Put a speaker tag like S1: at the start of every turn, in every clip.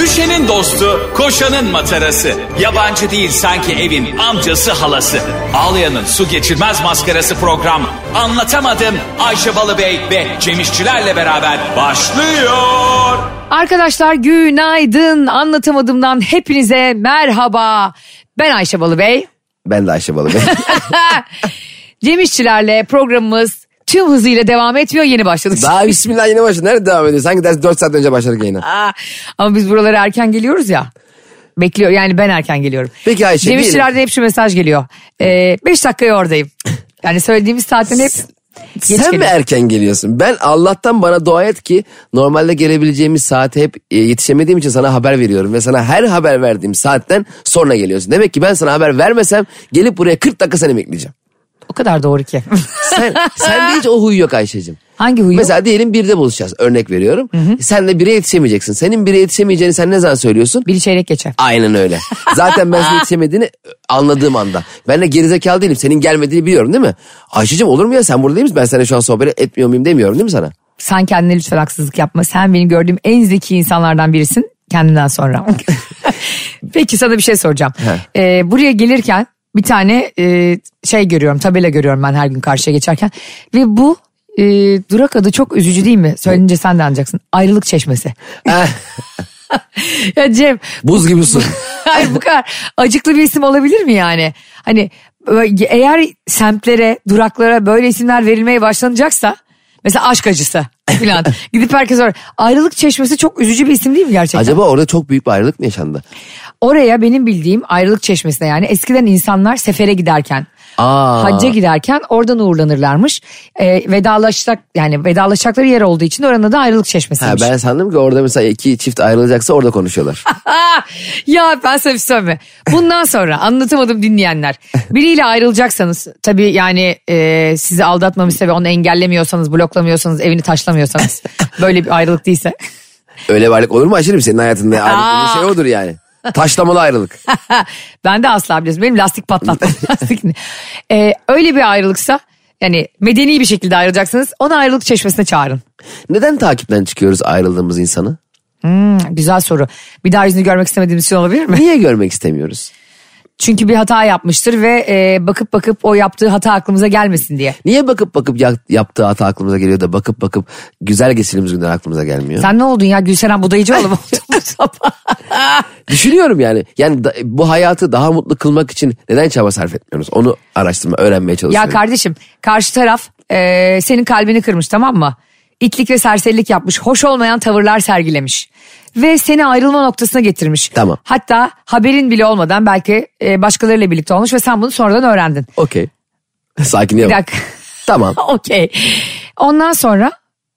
S1: Ayşe'nin dostu, koşanın matarası. Yabancı değil sanki evin amcası halası. Ağlayan'ın su geçirmez maskarası program. Anlatamadım Ayşe Balıbey ve Cemişçilerle beraber başlıyor.
S2: Arkadaşlar günaydın. Anlatamadığımdan hepinize merhaba. Ben Ayşe Balıbey.
S3: Ben de Ayşe Balı Bey.
S2: Cem İşçilerle programımız tüm hızıyla devam etmiyor. Yeni başladık.
S3: Daha bismillah yeni başladı. Nerede devam ediyor? Sanki ders 4 saat önce başladık yayına.
S2: Aa, ama biz buralara erken geliyoruz ya. Bekliyor yani ben erken geliyorum.
S3: Peki Ayşe,
S2: Cem
S3: diyelim-
S2: İşçilerden hep şu mesaj geliyor. 5 dakikaya oradayım. Yani söylediğimiz saatten hep geç
S3: Sen mi er-
S2: geliyor.
S3: erken geliyorsun? Ben Allah'tan bana dua et ki normalde gelebileceğimiz saate hep e, yetişemediğim için sana haber veriyorum. Ve sana her haber verdiğim saatten sonra geliyorsun. Demek ki ben sana haber vermesem gelip buraya 40 dakika seni bekleyeceğim.
S2: O kadar doğru ki.
S3: Sen, sende hiç o huyu yok Ayşe'cim.
S2: Hangi huyu?
S3: Mesela diyelim birde buluşacağız. Örnek veriyorum. Sen de bire yetişemeyeceksin. Senin bire yetişemeyeceğini sen ne zaman söylüyorsun?
S2: Biri çeyrek geçe.
S3: Aynen öyle. Zaten ben senin yetişemediğini anladığım anda. Ben de gerizekalı değilim. Senin gelmediğini biliyorum değil mi? Ayşe'cim olur mu ya sen burada değil misin? Ben sana şu an sohbet etmiyor muyum demiyorum değil mi sana?
S2: Sen kendine lütfen haksızlık yapma. Sen benim gördüğüm en zeki insanlardan birisin. Kendimden sonra. Peki sana bir şey soracağım. Ee, buraya gelirken bir tane e, şey görüyorum tabela görüyorum ben her gün karşıya geçerken. Ve bu e, durak adı çok üzücü değil mi? Söylenince sen de anlayacaksın. Ayrılık çeşmesi.
S3: Eh,
S2: ya Cem
S3: Buz gibi su.
S2: Hayır bu kadar acıklı bir isim olabilir mi yani? Hani ö- eğer semtlere, duraklara böyle isimler verilmeye başlanacaksa mesela aşk acısı falan. Gidip herkes oraya. Ayrılık çeşmesi çok üzücü bir isim değil mi gerçekten?
S3: Acaba orada çok büyük bir ayrılık mı yaşandı?
S2: Oraya benim bildiğim ayrılık çeşmesine yani eskiden insanlar sefere giderken
S3: Aa.
S2: hacca giderken oradan uğurlanırlarmış. E, vedalaşacak yani vedalaşacakları yer olduğu için oranın adı ayrılık
S3: Ha,
S2: çeşmesiymiş.
S3: ben sandım ki orada mesela iki çift ayrılacaksa orada konuşuyorlar.
S2: Ah, ya ben sana bir şey söyleyeyim mi? Bundan sonra anlatamadım dinleyenler. Biriyle ayrılacaksanız tabii yani e, sizi aldatmamışsa ve onu engellemiyorsanız, bloklamıyorsanız, evini taşlamıyorsanız böyle bir ayrılık değilse.
S3: Öyle bir ayrılık olur mu Ayşe'cim senin hayatında? Ayrılık dediğin
S2: Aa.
S3: şey odur yani. Taşlamalı ayrılık.
S2: ben de asla biliyorsun benim lastik patlatmam. lastik ne? E, öyle bir ayrılıksa yani medeni bir şekilde ayrılacaksınız onu ayrılık çeşmesine çağırın.
S3: Neden takipten çıkıyoruz ayrıldığımız insanı?
S2: Güzel soru. Bir daha yüzünü görmek istemediğimiz için olabilir mi?
S3: Niye görmek istemiyoruz?
S2: Çünkü bir hata yapmıştır ve e, bakıp bakıp o yaptığı hata aklımıza gelmesin diye.
S3: Niye bakıp bakıp ya- yaptığı hata aklımıza geliyor da bakıp bakıp güzel geçirdiğimiz günler aklımıza gelmiyor?
S2: Sen ne oldun ya Gülseren Budayıcıoğlu mu oldun bu sabah?
S3: Düşünüyorum yani. Yani da- bu hayatı daha mutlu kılmak için neden çaba sarf etmiyoruz? Onu araştırma, öğrenmeye
S2: ya
S3: çalışıyorum.
S2: kardeşim karşı taraf e, senin kalbini kırmış tamam mı? İtlik ve serserilik yapmış, hoş olmayan tavırlar sergilemiş. Ve seni ayrılma noktasına getirmiş.
S3: Tamam.
S2: Hatta haberin bile olmadan belki e, başkalarıyla birlikte olmuş ve sen bunu sonradan öğrendin.
S3: Okey. Sakin yap.
S2: Bir dakika.
S3: Tamam.
S2: Okey. Ondan sonra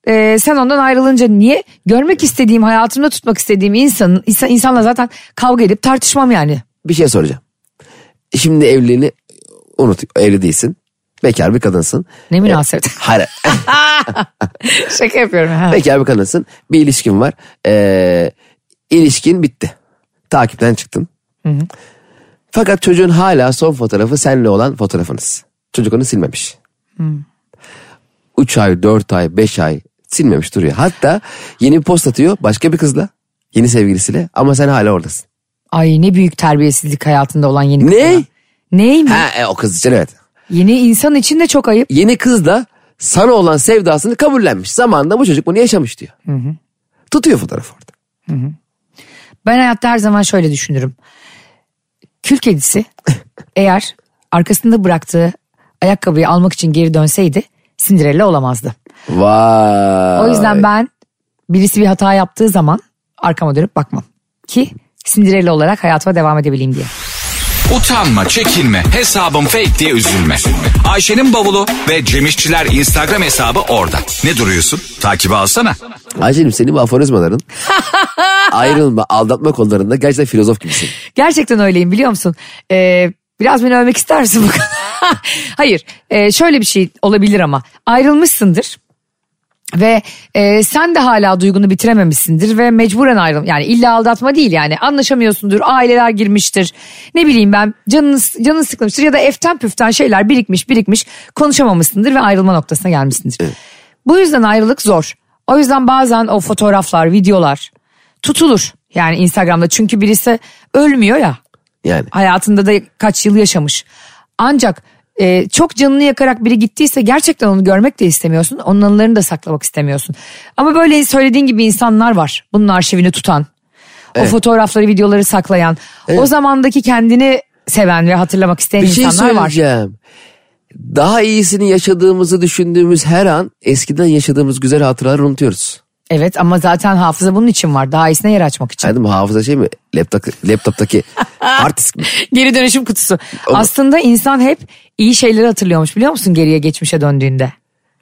S2: e, sen ondan ayrılınca niye? Görmek istediğim, hayatımda tutmak istediğim insanın, insan, insanla zaten kavga edip tartışmam yani.
S3: Bir şey soracağım. Şimdi evliliğini unut. Evli değilsin. Bekar bir kadınsın.
S2: Ne münasebet.
S3: Hayır.
S2: Şaka yapıyorum. ha.
S3: Bekar bir kadınsın. Bir ilişkin var. Ee, ilişkin bitti. Takipten çıktın. Fakat çocuğun hala son fotoğrafı senle olan fotoğrafınız. Çocuk onu silmemiş. 3 ay, 4 ay, 5 ay silmemiş duruyor. Hatta yeni bir post atıyor başka bir kızla. Yeni sevgilisiyle ama sen hala oradasın.
S2: Ay ne büyük terbiyesizlik hayatında olan yeni
S3: Ne?
S2: kızına. Ney mi?
S3: Ha, e, o kız için evet.
S2: Yeni insan için de çok ayıp.
S3: Yeni kız da sana olan sevdasını kabullenmiş. Zamanında bu çocuk bunu yaşamış diyor. Tutuyor fotoğrafı orada.
S2: Ben hayatta her zaman şöyle düşünürüm. Kül kedisi eğer arkasında bıraktığı ayakkabıyı almak için geri dönseydi Cinderella olamazdı.
S3: Vay.
S2: O yüzden ben birisi bir hata yaptığı zaman arkama dönüp bakmam. Ki Cinderella olarak hayatıma devam edebileyim diye.
S1: Utanma, çekinme, hesabım fake diye üzülme. Ayşe'nin bavulu ve Cemişçiler Instagram hesabı orada. Ne duruyorsun? Takibi alsana.
S3: Ayşe'cim senin bu aforizmaların ayrılma, aldatma konularında gerçekten filozof gibisin.
S2: Gerçekten öyleyim biliyor musun? Ee, biraz beni övmek ister misin bu konuda? Hayır e, şöyle bir şey olabilir ama ayrılmışsındır. Ve e, sen de hala duygunu bitirememişsindir ve mecburen ayrıl. Yani illa aldatma değil yani anlaşamıyorsundur aileler girmiştir. Ne bileyim ben canınız, canın sıkılmıştır ya da eften püften şeyler birikmiş birikmiş konuşamamışsındır ve ayrılma noktasına gelmişsindir. Bu yüzden ayrılık zor. O yüzden bazen o fotoğraflar videolar tutulur. Yani Instagram'da çünkü birisi ölmüyor ya
S3: Yani
S2: hayatında da kaç yıl yaşamış. Ancak e, çok canını yakarak biri gittiyse gerçekten onu görmek de istemiyorsun. Onun anılarını da saklamak istemiyorsun. Ama böyle söylediğin gibi insanlar var. Bunun arşivini tutan. O fotoğrafları, videoları saklayan. O zamandaki kendini seven ve hatırlamak isteyen
S3: bir şey
S2: insanlar var.
S3: söyleyeceğim. Daha iyisini yaşadığımızı düşündüğümüz her an eskiden yaşadığımız güzel hatıraları unutuyoruz.
S2: Evet ama zaten hafıza bunun için var. Daha iyisine yer açmak için.
S3: Hadi bu hafıza şey mi? Laptop, laptoptaki hard disk mi?
S2: Geri dönüşüm kutusu. Aslında insan hep iyi şeyleri hatırlıyormuş biliyor musun geriye geçmişe döndüğünde.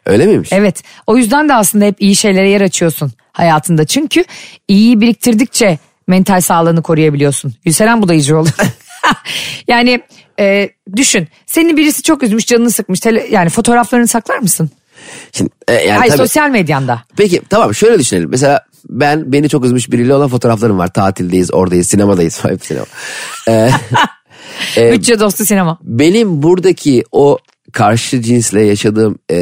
S3: Öyle miymiş?
S2: Evet. O yüzden de aslında hep iyi şeylere yer açıyorsun hayatında. Çünkü iyiyi biriktirdikçe mental sağlığını koruyabiliyorsun. Yükselen budayıcı oluyor. yani e, düşün. Seni birisi çok üzmüş, canını sıkmış. Tele- yani fotoğraflarını saklar mısın?
S3: Şimdi, e, yani
S2: Hayır,
S3: tabii-
S2: sosyal medyanda.
S3: Peki tamam şöyle düşünelim. Mesela ben beni çok üzmüş biriyle olan fotoğraflarım var. Tatildeyiz, oradayız, sinemadayız. Falan, hep sinema. E,
S2: Bütçe dostu sinema.
S3: Benim buradaki o karşı cinsle yaşadığım e,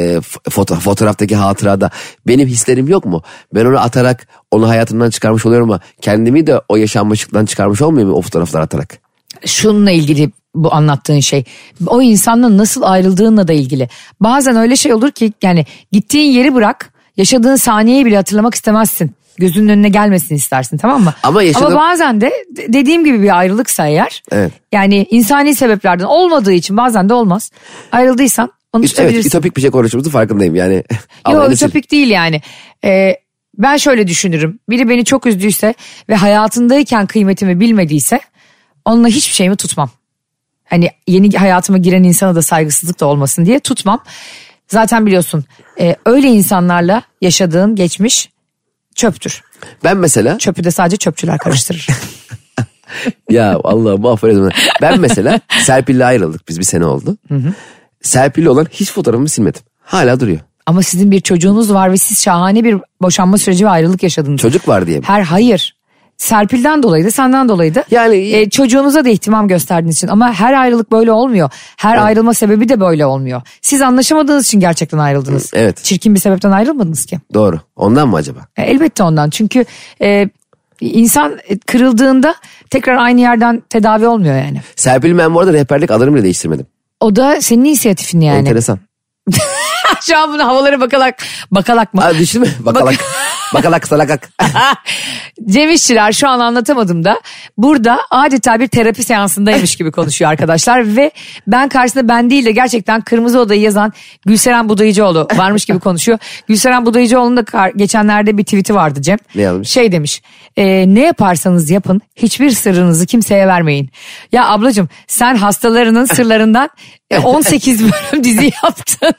S3: foto- fotoğraftaki hatırada benim hislerim yok mu? Ben onu atarak onu hayatımdan çıkarmış oluyorum ama kendimi de o yaşanmışlıktan çıkarmış olmuyor mu o fotoğrafları atarak?
S2: şununla ilgili bu anlattığın şey. O insanla nasıl ayrıldığınla da ilgili. Bazen öyle şey olur ki yani gittiğin yeri bırak yaşadığın saniyeyi bile hatırlamak istemezsin. Gözünün önüne gelmesin istersin tamam mı?
S3: Ama yaşadığım-
S2: bazen de de- dediğim gibi bir ayrılıksa eğer
S3: Evet.
S2: yani insani sebeplerden olmadığı için bazen de olmaz. Ayrıldıysan onu
S3: Üst- evet
S2: tutabilirsin.
S3: ütopik bir şey konuştuğumuzu farkındayım yani. Ama
S2: Yok
S3: öyle şey-
S2: ütopik değil yani. Ee, ben şöyle düşünürüm. Biri beni çok üzdüyse ve hayatındayken kıymetimi bilmediyse onunla hiçbir şeyimi tutmam. Hani yeni hayatıma giren insana da saygısızlık da olmasın diye tutmam. Zaten biliyorsun e, öyle insanlarla yaşadığın geçmiş çöptür.
S3: Ben mesela
S2: Çöpü de sadece çöpçüler karıştırır.
S3: ya Allah muhafaza beni. Ben mesela Serpil'le ayrıldık biz bir sene oldu. Serpil'le olan hiç fotoğrafımı silmedim. Hala duruyor.
S2: Ama sizin bir çocuğunuz var ve siz şahane bir boşanma süreci ve ayrılık yaşadınız.
S3: Çocuk var diye mi?
S2: Her hayır. Serpil'den dolayı da senden dolayı da.
S3: Yani-
S2: E, çocuğunuza da ihtimam gösterdiğiniz için ama her ayrılık böyle olmuyor. Her ayrılma sebebi de böyle olmuyor. Siz anlaşamadığınız için gerçekten ayrıldınız.
S3: Evet.
S2: Çirkin bir sebepten ayrılmadınız ki.
S3: Doğru. Ondan mı acaba?
S2: E, elbette ondan çünkü e, insan kırıldığında tekrar aynı yerden tedavi olmuyor yani.
S3: Serpil ben bu arada rehberlik adını bile değiştirmedim.
S2: O da senin inisiyatifin yani.
S3: Enteresan.
S2: Şu an bunu havalara bakalak bakalak mı?
S3: Aa, düşünme. Bakalak. Bakalak salakak.
S2: Cem İşçiler şu an anlatamadım da burada adeta bir terapi seansındaymış gibi konuşuyor arkadaşlar ve ben karşısında ben değil de gerçekten Kırmızı Oda'yı yazan Gülseren Budayıcıoğlu varmış gibi konuşuyor. Gülseren Budayıcıoğlu'nun da kar- geçenlerde bir tweet'i vardı Cem.
S3: Ne yazmış?
S2: Şey demiş "E, ne yaparsanız yapın hiçbir sırrınızı kimseye vermeyin. Ya ablacığım sen hastalarının sırlarından e, 18 bölüm dizi yaptın.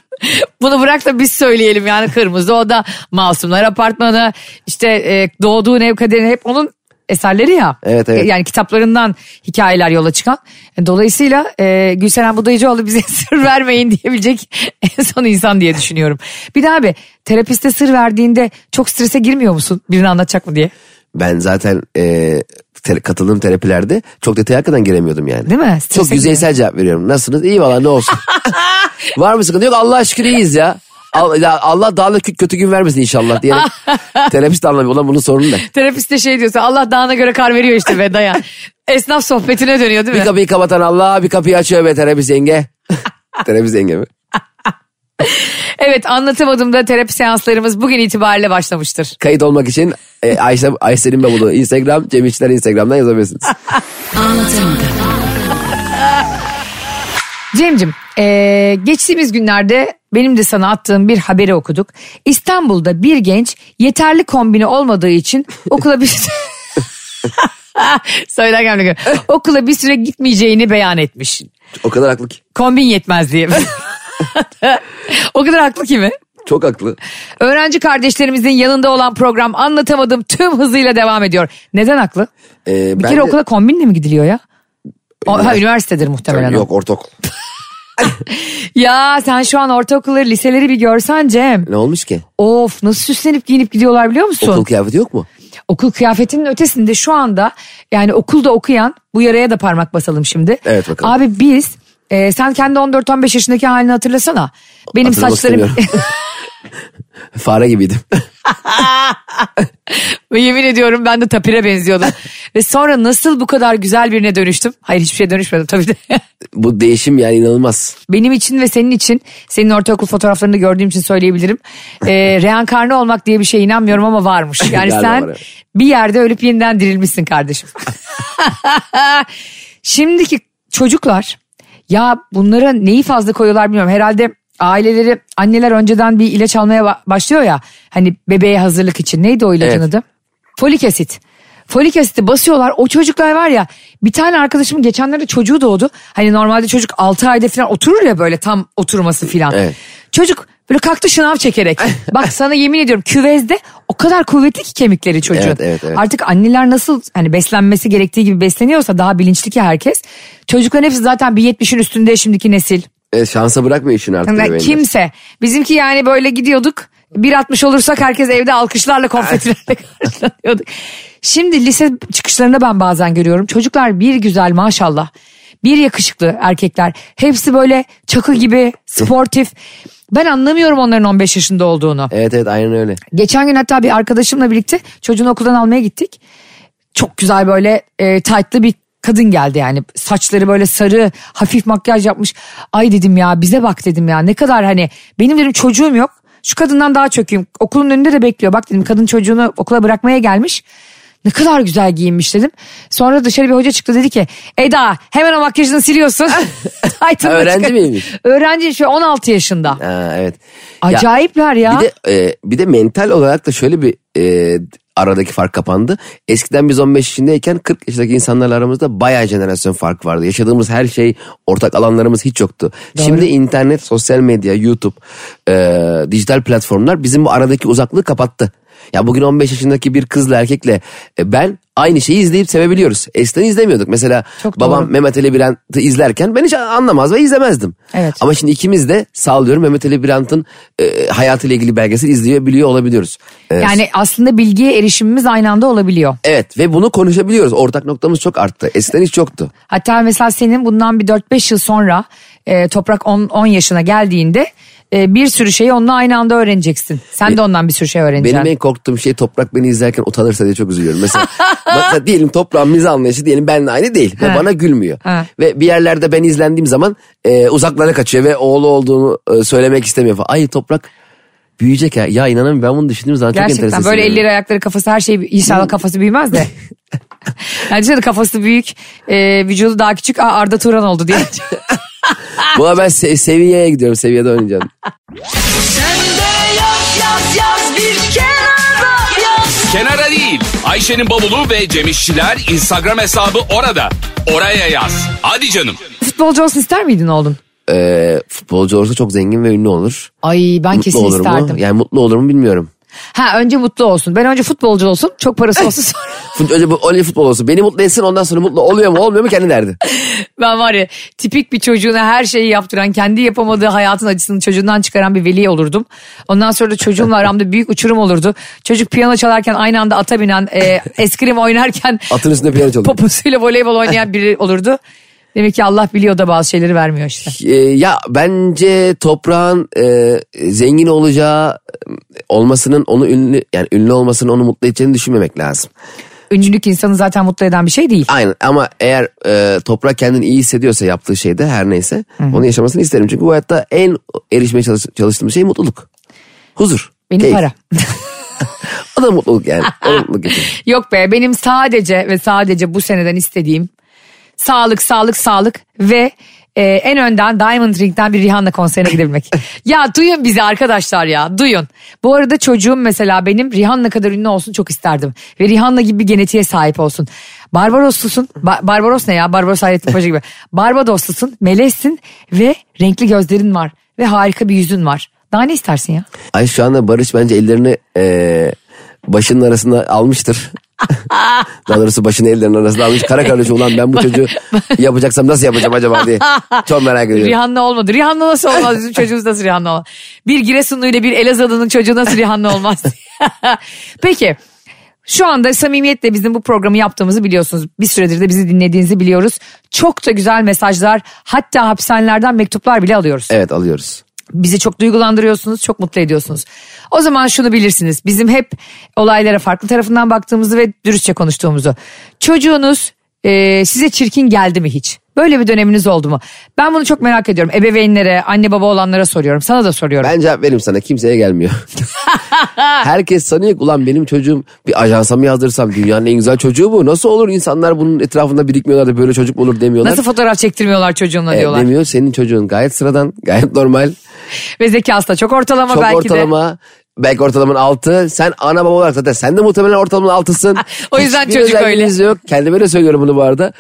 S2: Bunu bırak da biz söyleyelim yani Kırmızı Oda, Masumlar Apartmanı, işte e, Doğduğun Ev Kaderini hep onun eserleri ya.
S3: Evet, evet.
S2: E, Yani kitaplarından hikayeler yola çıkan. Dolayısıyla e, Gülseren Budayıcıoğlu bize sır vermeyin diyebilecek en son insan diye düşünüyorum. Bir de abi terapiste sır verdiğinde çok strese girmiyor musun birini anlatacak mı diye?
S3: Ben zaten e, te- katıldığım terapilerde çok detaya hakikaten giremiyordum yani.
S2: Değil mi?
S3: Çok
S2: Strese
S3: yüzeysel cevap veriyorum. Nasılsınız? İyi valla ne olsun. Var mı sıkıntı? Yok Allah şükür iyiyiz ya. Al- ya Allah daha da kö- kötü gün vermesin inşallah diyerek. Terapist de anlamıyor. Ulan bunun sorunu ne?
S2: Terapist de şey diyorsa Allah dağına göre kar veriyor işte ve dayan. Esnaf sohbetine dönüyor değil
S3: Bir
S2: mi?
S3: kapıyı kapatan Allah bir kapıyı açıyor be terapist yenge. terapist yenge mi?
S2: Evet anlatamadım da terapi seanslarımız bugün itibariyle başlamıştır.
S3: Kayıt olmak için e, Ayşe, Ayşe'nin babulu Instagram, Cem İşçiler Instagram'dan yazabilirsiniz.
S2: Ah. Cem'cim eee, geçtiğimiz günlerde benim de sana attığım bir haberi okuduk. İstanbul'da bir genç yeterli kombini olmadığı için okula bir... Söylerken bile gülüyorum. okula bir süre gitmeyeceğini beyan etmiş.
S3: o kadar haklı ki.
S2: Kombin yetmez diye. o kadar haklı ki mi?
S3: Çok haklı.
S2: Öğrenci kardeşlerimizin yanında olan program anlatamadım tüm hızıyla devam ediyor. Neden haklı?
S3: Ee,
S2: Bir
S3: ben
S2: kere
S3: de-
S2: okula kombinle mi gidiliyor ya? O, ha,
S3: Üniversite-
S2: üniversitedir muhtemelen o.
S3: Yok ortaokul.
S2: Ya sen şu an ortaokulları, liseleri bir görsen Cem.
S3: Ne olmuş ki?
S2: Of nasıl süslenip giyinip gidiyorlar biliyor musun?
S3: Okul
S2: Okul,
S3: kıyafeti yok mu?
S2: kıyafetinin ötesinde şu anda yani okulda okuyan bu yaraya da parmak basalım şimdi.
S3: Evet, bakalım.
S2: Abi biz e, sen kendi 14-15 yaşındaki halini hatırlasana. Benim
S3: Hatırlamak
S2: saçlarım
S3: istemiyorum. Fare gibiydim.
S2: Ve yemin ediyorum ben de tapire benziyordum. Ve sonra nasıl bu kadar güzel birine dönüştüm? Hayır hiçbir şeye dönüşmedim tabii de.
S3: Bu değişim yani inanılmaz.
S2: Benim için ve senin için, senin ortaokul fotoğraflarını gördüğüm için söyleyebilirim. Ee, reenkarne olmak diye bir şeye inanmıyorum ama varmış. Yani
S3: Galiba
S2: sen
S3: var, evet.
S2: bir yerde ölüp yeniden dirilmişsin kardeşim. Şimdiki çocuklar ya bunlara neyi fazla koyuyorlar bilmiyorum. Herhalde aileleri anneler önceden bir ilaç almaya ba- başlıyor ya. Hani bebeğe hazırlık için. Neydi o ilacın
S3: Evet.
S2: adı? Folik asit. Folik asiti basıyorlar. O çocuklar var ya bir tane arkadaşımın geçenlerde çocuğu doğdu. Hani normalde çocuk 6 ayda falan oturur ya böyle tam oturması falan.
S3: Evet.
S2: Çocuk böyle kalktı şınav çekerek. Bak sana yemin ediyorum küvezde o kadar kuvvetli ki kemikleri çocuğun.
S3: Evet, evet, evet.
S2: Artık anneler nasıl hani beslenmesi gerektiği gibi besleniyorsa daha bilinçli ki herkes. Çocukların hepsi zaten bir 70'in üstünde şimdiki nesil.
S3: E, şansa bırakmıyor işini artık.
S2: Yani
S3: ebeveynler.
S2: kimse. Bizimki yani böyle gidiyorduk. 1.60 olursak herkes evde alkışlarla konfetilerle karşılanıyorduk. Şimdi lise çıkışlarında ben bazen görüyorum. Çocuklar bir güzel maşallah. Bir yakışıklı erkekler. Hepsi böyle çakı gibi sportif. Ben anlamıyorum onların 15 yaşında olduğunu.
S3: Evet evet aynen öyle.
S2: Geçen gün hatta bir arkadaşımla birlikte çocuğunu okuldan almaya gittik. Çok güzel böyle e, tight'lı bir kadın geldi yani. Saçları böyle sarı, hafif makyaj yapmış. Ay dedim ya bize bak dedim ya ne kadar hani benim dedim çocuğum yok. Şu kadından daha çöküyüm. Okulun önünde de bekliyor. Bak dedim kadın çocuğunu okula bırakmaya gelmiş. Ne kadar güzel giyinmiş dedim. Sonra dışarı bir hoca çıktı dedi ki Eda hemen o makyajını siliyorsun. Tight'ını da
S3: Öğrenci
S2: çıkar-
S3: miymiş?
S2: Öğrenci şu an 16 yaşında.
S3: Ha, evet. Ya-
S2: Acayipler ya.
S3: Bir de e, bir de mental olarak da şöyle bir e, aradaki fark kapandı. Eskiden biz 15 yaşındayken 40 yaşındaki insanlarla aramızda bayağı jenerasyon farkı vardı. Yaşadığımız her şey, ortak alanlarımız hiç yoktu. Şimdi internet, sosyal medya, YouTube, e, dijital platformlar bizim bu aradaki uzaklığı kapattı. Ya bugün 15 yaşındaki bir kızla erkekle e, ben aynı şeyi izleyip sevebiliyoruz. Eskiden izlemiyorduk. Mesela
S2: Çok
S3: babam
S2: doğru.
S3: Mehmet Ali Bülent'i izlerken ben hiç anlamaz ve izlemezdim.
S2: Evet.
S3: Ama şimdi ikimiz de sallıyorum Mehmet Ali Bülent'in e, hayatıyla ilgili belgeseli izleyebiliyor olabiliyoruz. E,
S2: Yani aslında bilgiye erişimimiz aynı anda olabiliyor.
S3: Evet ve bunu konuşabiliyoruz. Ortak noktamız çok arttı. Eskiden hiç yoktu.
S2: Hatta mesela senin bundan bir 4-5 yıl sonra e, Toprak 10, 10 yaşına geldiğinde e, bir sürü şeyi onunla aynı anda öğreneceksin. Sen de ondan bir sürü şey öğreneceksin.
S3: E, Benim en korktuğum şey toprak beni izlerken utanırsa diye çok üzülüyorum. Mesela, mesela diyelim toprağın mizah anlayışı diyelim benimle aynı değil ve
S2: Ha.
S3: bana gülmüyor.
S2: Ha.
S3: Ve bir yerlerde ben izlendiğim zaman e, uzaklara kaçıyor ve oğlu olduğunu e, söylemek istemiyor falan. Ay toprak büyüyecek ya. Ya inanamıyorum ben bunu düşündüğüm zaman çok
S2: Gerçekten
S3: enteresan.
S2: böyle
S3: hissediyorum.
S2: elleri ayakları kafası her şey inşallah kafası büyümez de. Bence de kafası büyük e, vücudu daha küçük Aa, Arda Turan oldu diye.
S3: Bu arada ben se- seviyeye gidiyorum seviyede oynayacağım.
S1: Kenara değil. Ayşe'nin bavulu ve Cemişçiler Instagram hesabı orada. Oraya yaz. Hadi canım.
S2: Futbolcu olsun ister miydin oğlum?
S3: Ee, futbolcu olursa çok zengin ve ünlü olur.
S2: Ay ben
S3: mutlu
S2: kesin
S3: olur
S2: isterdim.
S3: mu? Yani mutlu olur mu bilmiyorum.
S2: Ha önce mutlu olsun. Ben önce futbolcu olsun, çok parası olsun sonra.
S3: Fut, önce bu oley futbol olsun. Beni mutlu etsin ondan sonra mutlu oluyor mu olmuyor mu kendi derdi.
S2: Ben var ya tipik bir çocuğuna her şeyi yaptıran, kendi yapamadığı hayatın acısını çocuğundan çıkaran bir veli olurdum. Ondan sonra da çocuğumla aramda büyük uçurum olurdu. Çocuk piyano çalarken aynı anda ata binen, e, eskrim oynarken
S3: Atın üstünde piyano çalıyor.
S2: poposuyla voleybol oynayan biri olurdu. Demek ki Allah biliyor da bazı şeyleri vermiyor işte.
S3: Ee, ya bence toprağın e, zengin olacağı e, olmasının onu ünlü yani ünlü olmasının onu mutlu edeceğini düşünmemek lazım.
S2: Ünlülük insanı zaten mutlu eden bir şey değil.
S3: Aynen ama eğer e, toprak kendini iyi hissediyorsa yaptığı şeyde her neyse onu yaşamasını isterim. Çünkü bu hayatta en erişmeye çalış, çalıştığım şey mutluluk. Huzur.
S2: Benim
S3: keyif.
S2: para.
S3: O da mutluluk yani. O da mutluluk getirir.
S2: Yok be benim sadece ve sadece bu seneden istediğim sağlık sağlık sağlık ve e, en önden Diamond Ring'den bir Rihanna konserine gidebilmek. ya duyun bizi arkadaşlar ya duyun. Bu arada çocuğum mesela benim Rihanna kadar ünlü olsun çok isterdim. Ve Rihanna gibi bir genetiğe sahip olsun. Barbaroslusun. Ba- Barbaros ne ya? Barbaros Hayrettin Paşa gibi. Barbadoslusun, melezsin ve renkli gözlerin var. Ve harika bir yüzün var. Daha ne istersin ya?
S3: Ay şu anda Barış bence ellerini e, başının arasına almıştır. Daha doğrusu başını ellerinin arasına almış. Kara kardeşi ulan ben bu çocuğu yapacaksam nasıl yapacağım acaba diye. Çok merak ediyorum.
S2: Rihanna olmadı. Rihanna nasıl olmaz? Bizim çocuğumuz nasıl Rihanna olmaz? Bir Giresunlu ile bir Elazığlı'nın çocuğu nasıl Rihanna olmaz? Peki. Şu anda samimiyetle bizim bu programı yaptığımızı biliyorsunuz. Bir süredir de bizi dinlediğinizi biliyoruz. Çok da güzel mesajlar hatta hapishanelerden mektuplar bile alıyoruz.
S3: Evet alıyoruz.
S2: Bizi çok duygulandırıyorsunuz, çok mutlu ediyorsunuz. O zaman şunu bilirsiniz. Bizim hep olaylara farklı tarafından baktığımızı ve dürüstçe konuştuğumuzu. Çocuğunuz e, size çirkin geldi mi hiç? Böyle bir döneminiz oldu mu? Ben bunu çok merak ediyorum. Ebeveynlere, anne baba olanlara soruyorum. Sana da soruyorum.
S3: Ben cevap vereyim sana kimseye gelmiyor. Herkes sanıyor ki ulan benim çocuğum bir ajansa mı yazdırsam dünyanın en güzel çocuğu bu. Nasıl olur insanlar bunun etrafında birikmiyorlar da böyle çocuk mu olur demiyorlar.
S2: Nasıl fotoğraf çektirmiyorlar çocuğumla
S3: E,
S2: diyorlar.
S3: Demiyor senin çocuğun gayet sıradan gayet normal.
S2: Ve zekası da çok ortalama
S3: Çok
S2: belki de.
S3: ortalama belki ortalamanın altı. Sen ana baba olarak zaten sen de muhtemelen ortalamanın altısın.
S2: O yüzden
S3: Hiçbir
S2: çocuk öyle.
S3: özelliğiniz yok. Kendime de söylüyorum bunu bu arada.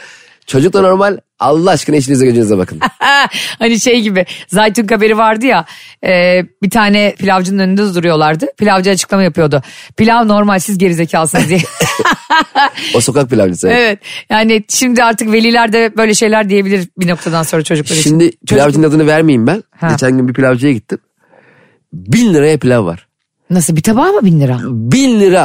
S3: Çocuk da normal Allah aşkına işinize gücünüze bakın.
S2: Ha, hani şey gibi Zaytun haberi vardı ya e, bir tane pilavcının önünde duruyorlardı. Pilavcı açıklama yapıyordu. Pilav normal siz gerizekalısınız diye.
S3: O sokak pilavcısı.
S2: evet yani şimdi artık veliler de böyle şeyler diyebilir bir noktadan sonra çocuklar için.
S3: Şimdi pilavcının adını vermeyeyim ben.
S2: Ha.
S3: Geçen gün bir pilavcıya gittim. Bin liraya pilav var.
S2: Nasıl bir tabağa mı bin lira?
S3: Bin lira.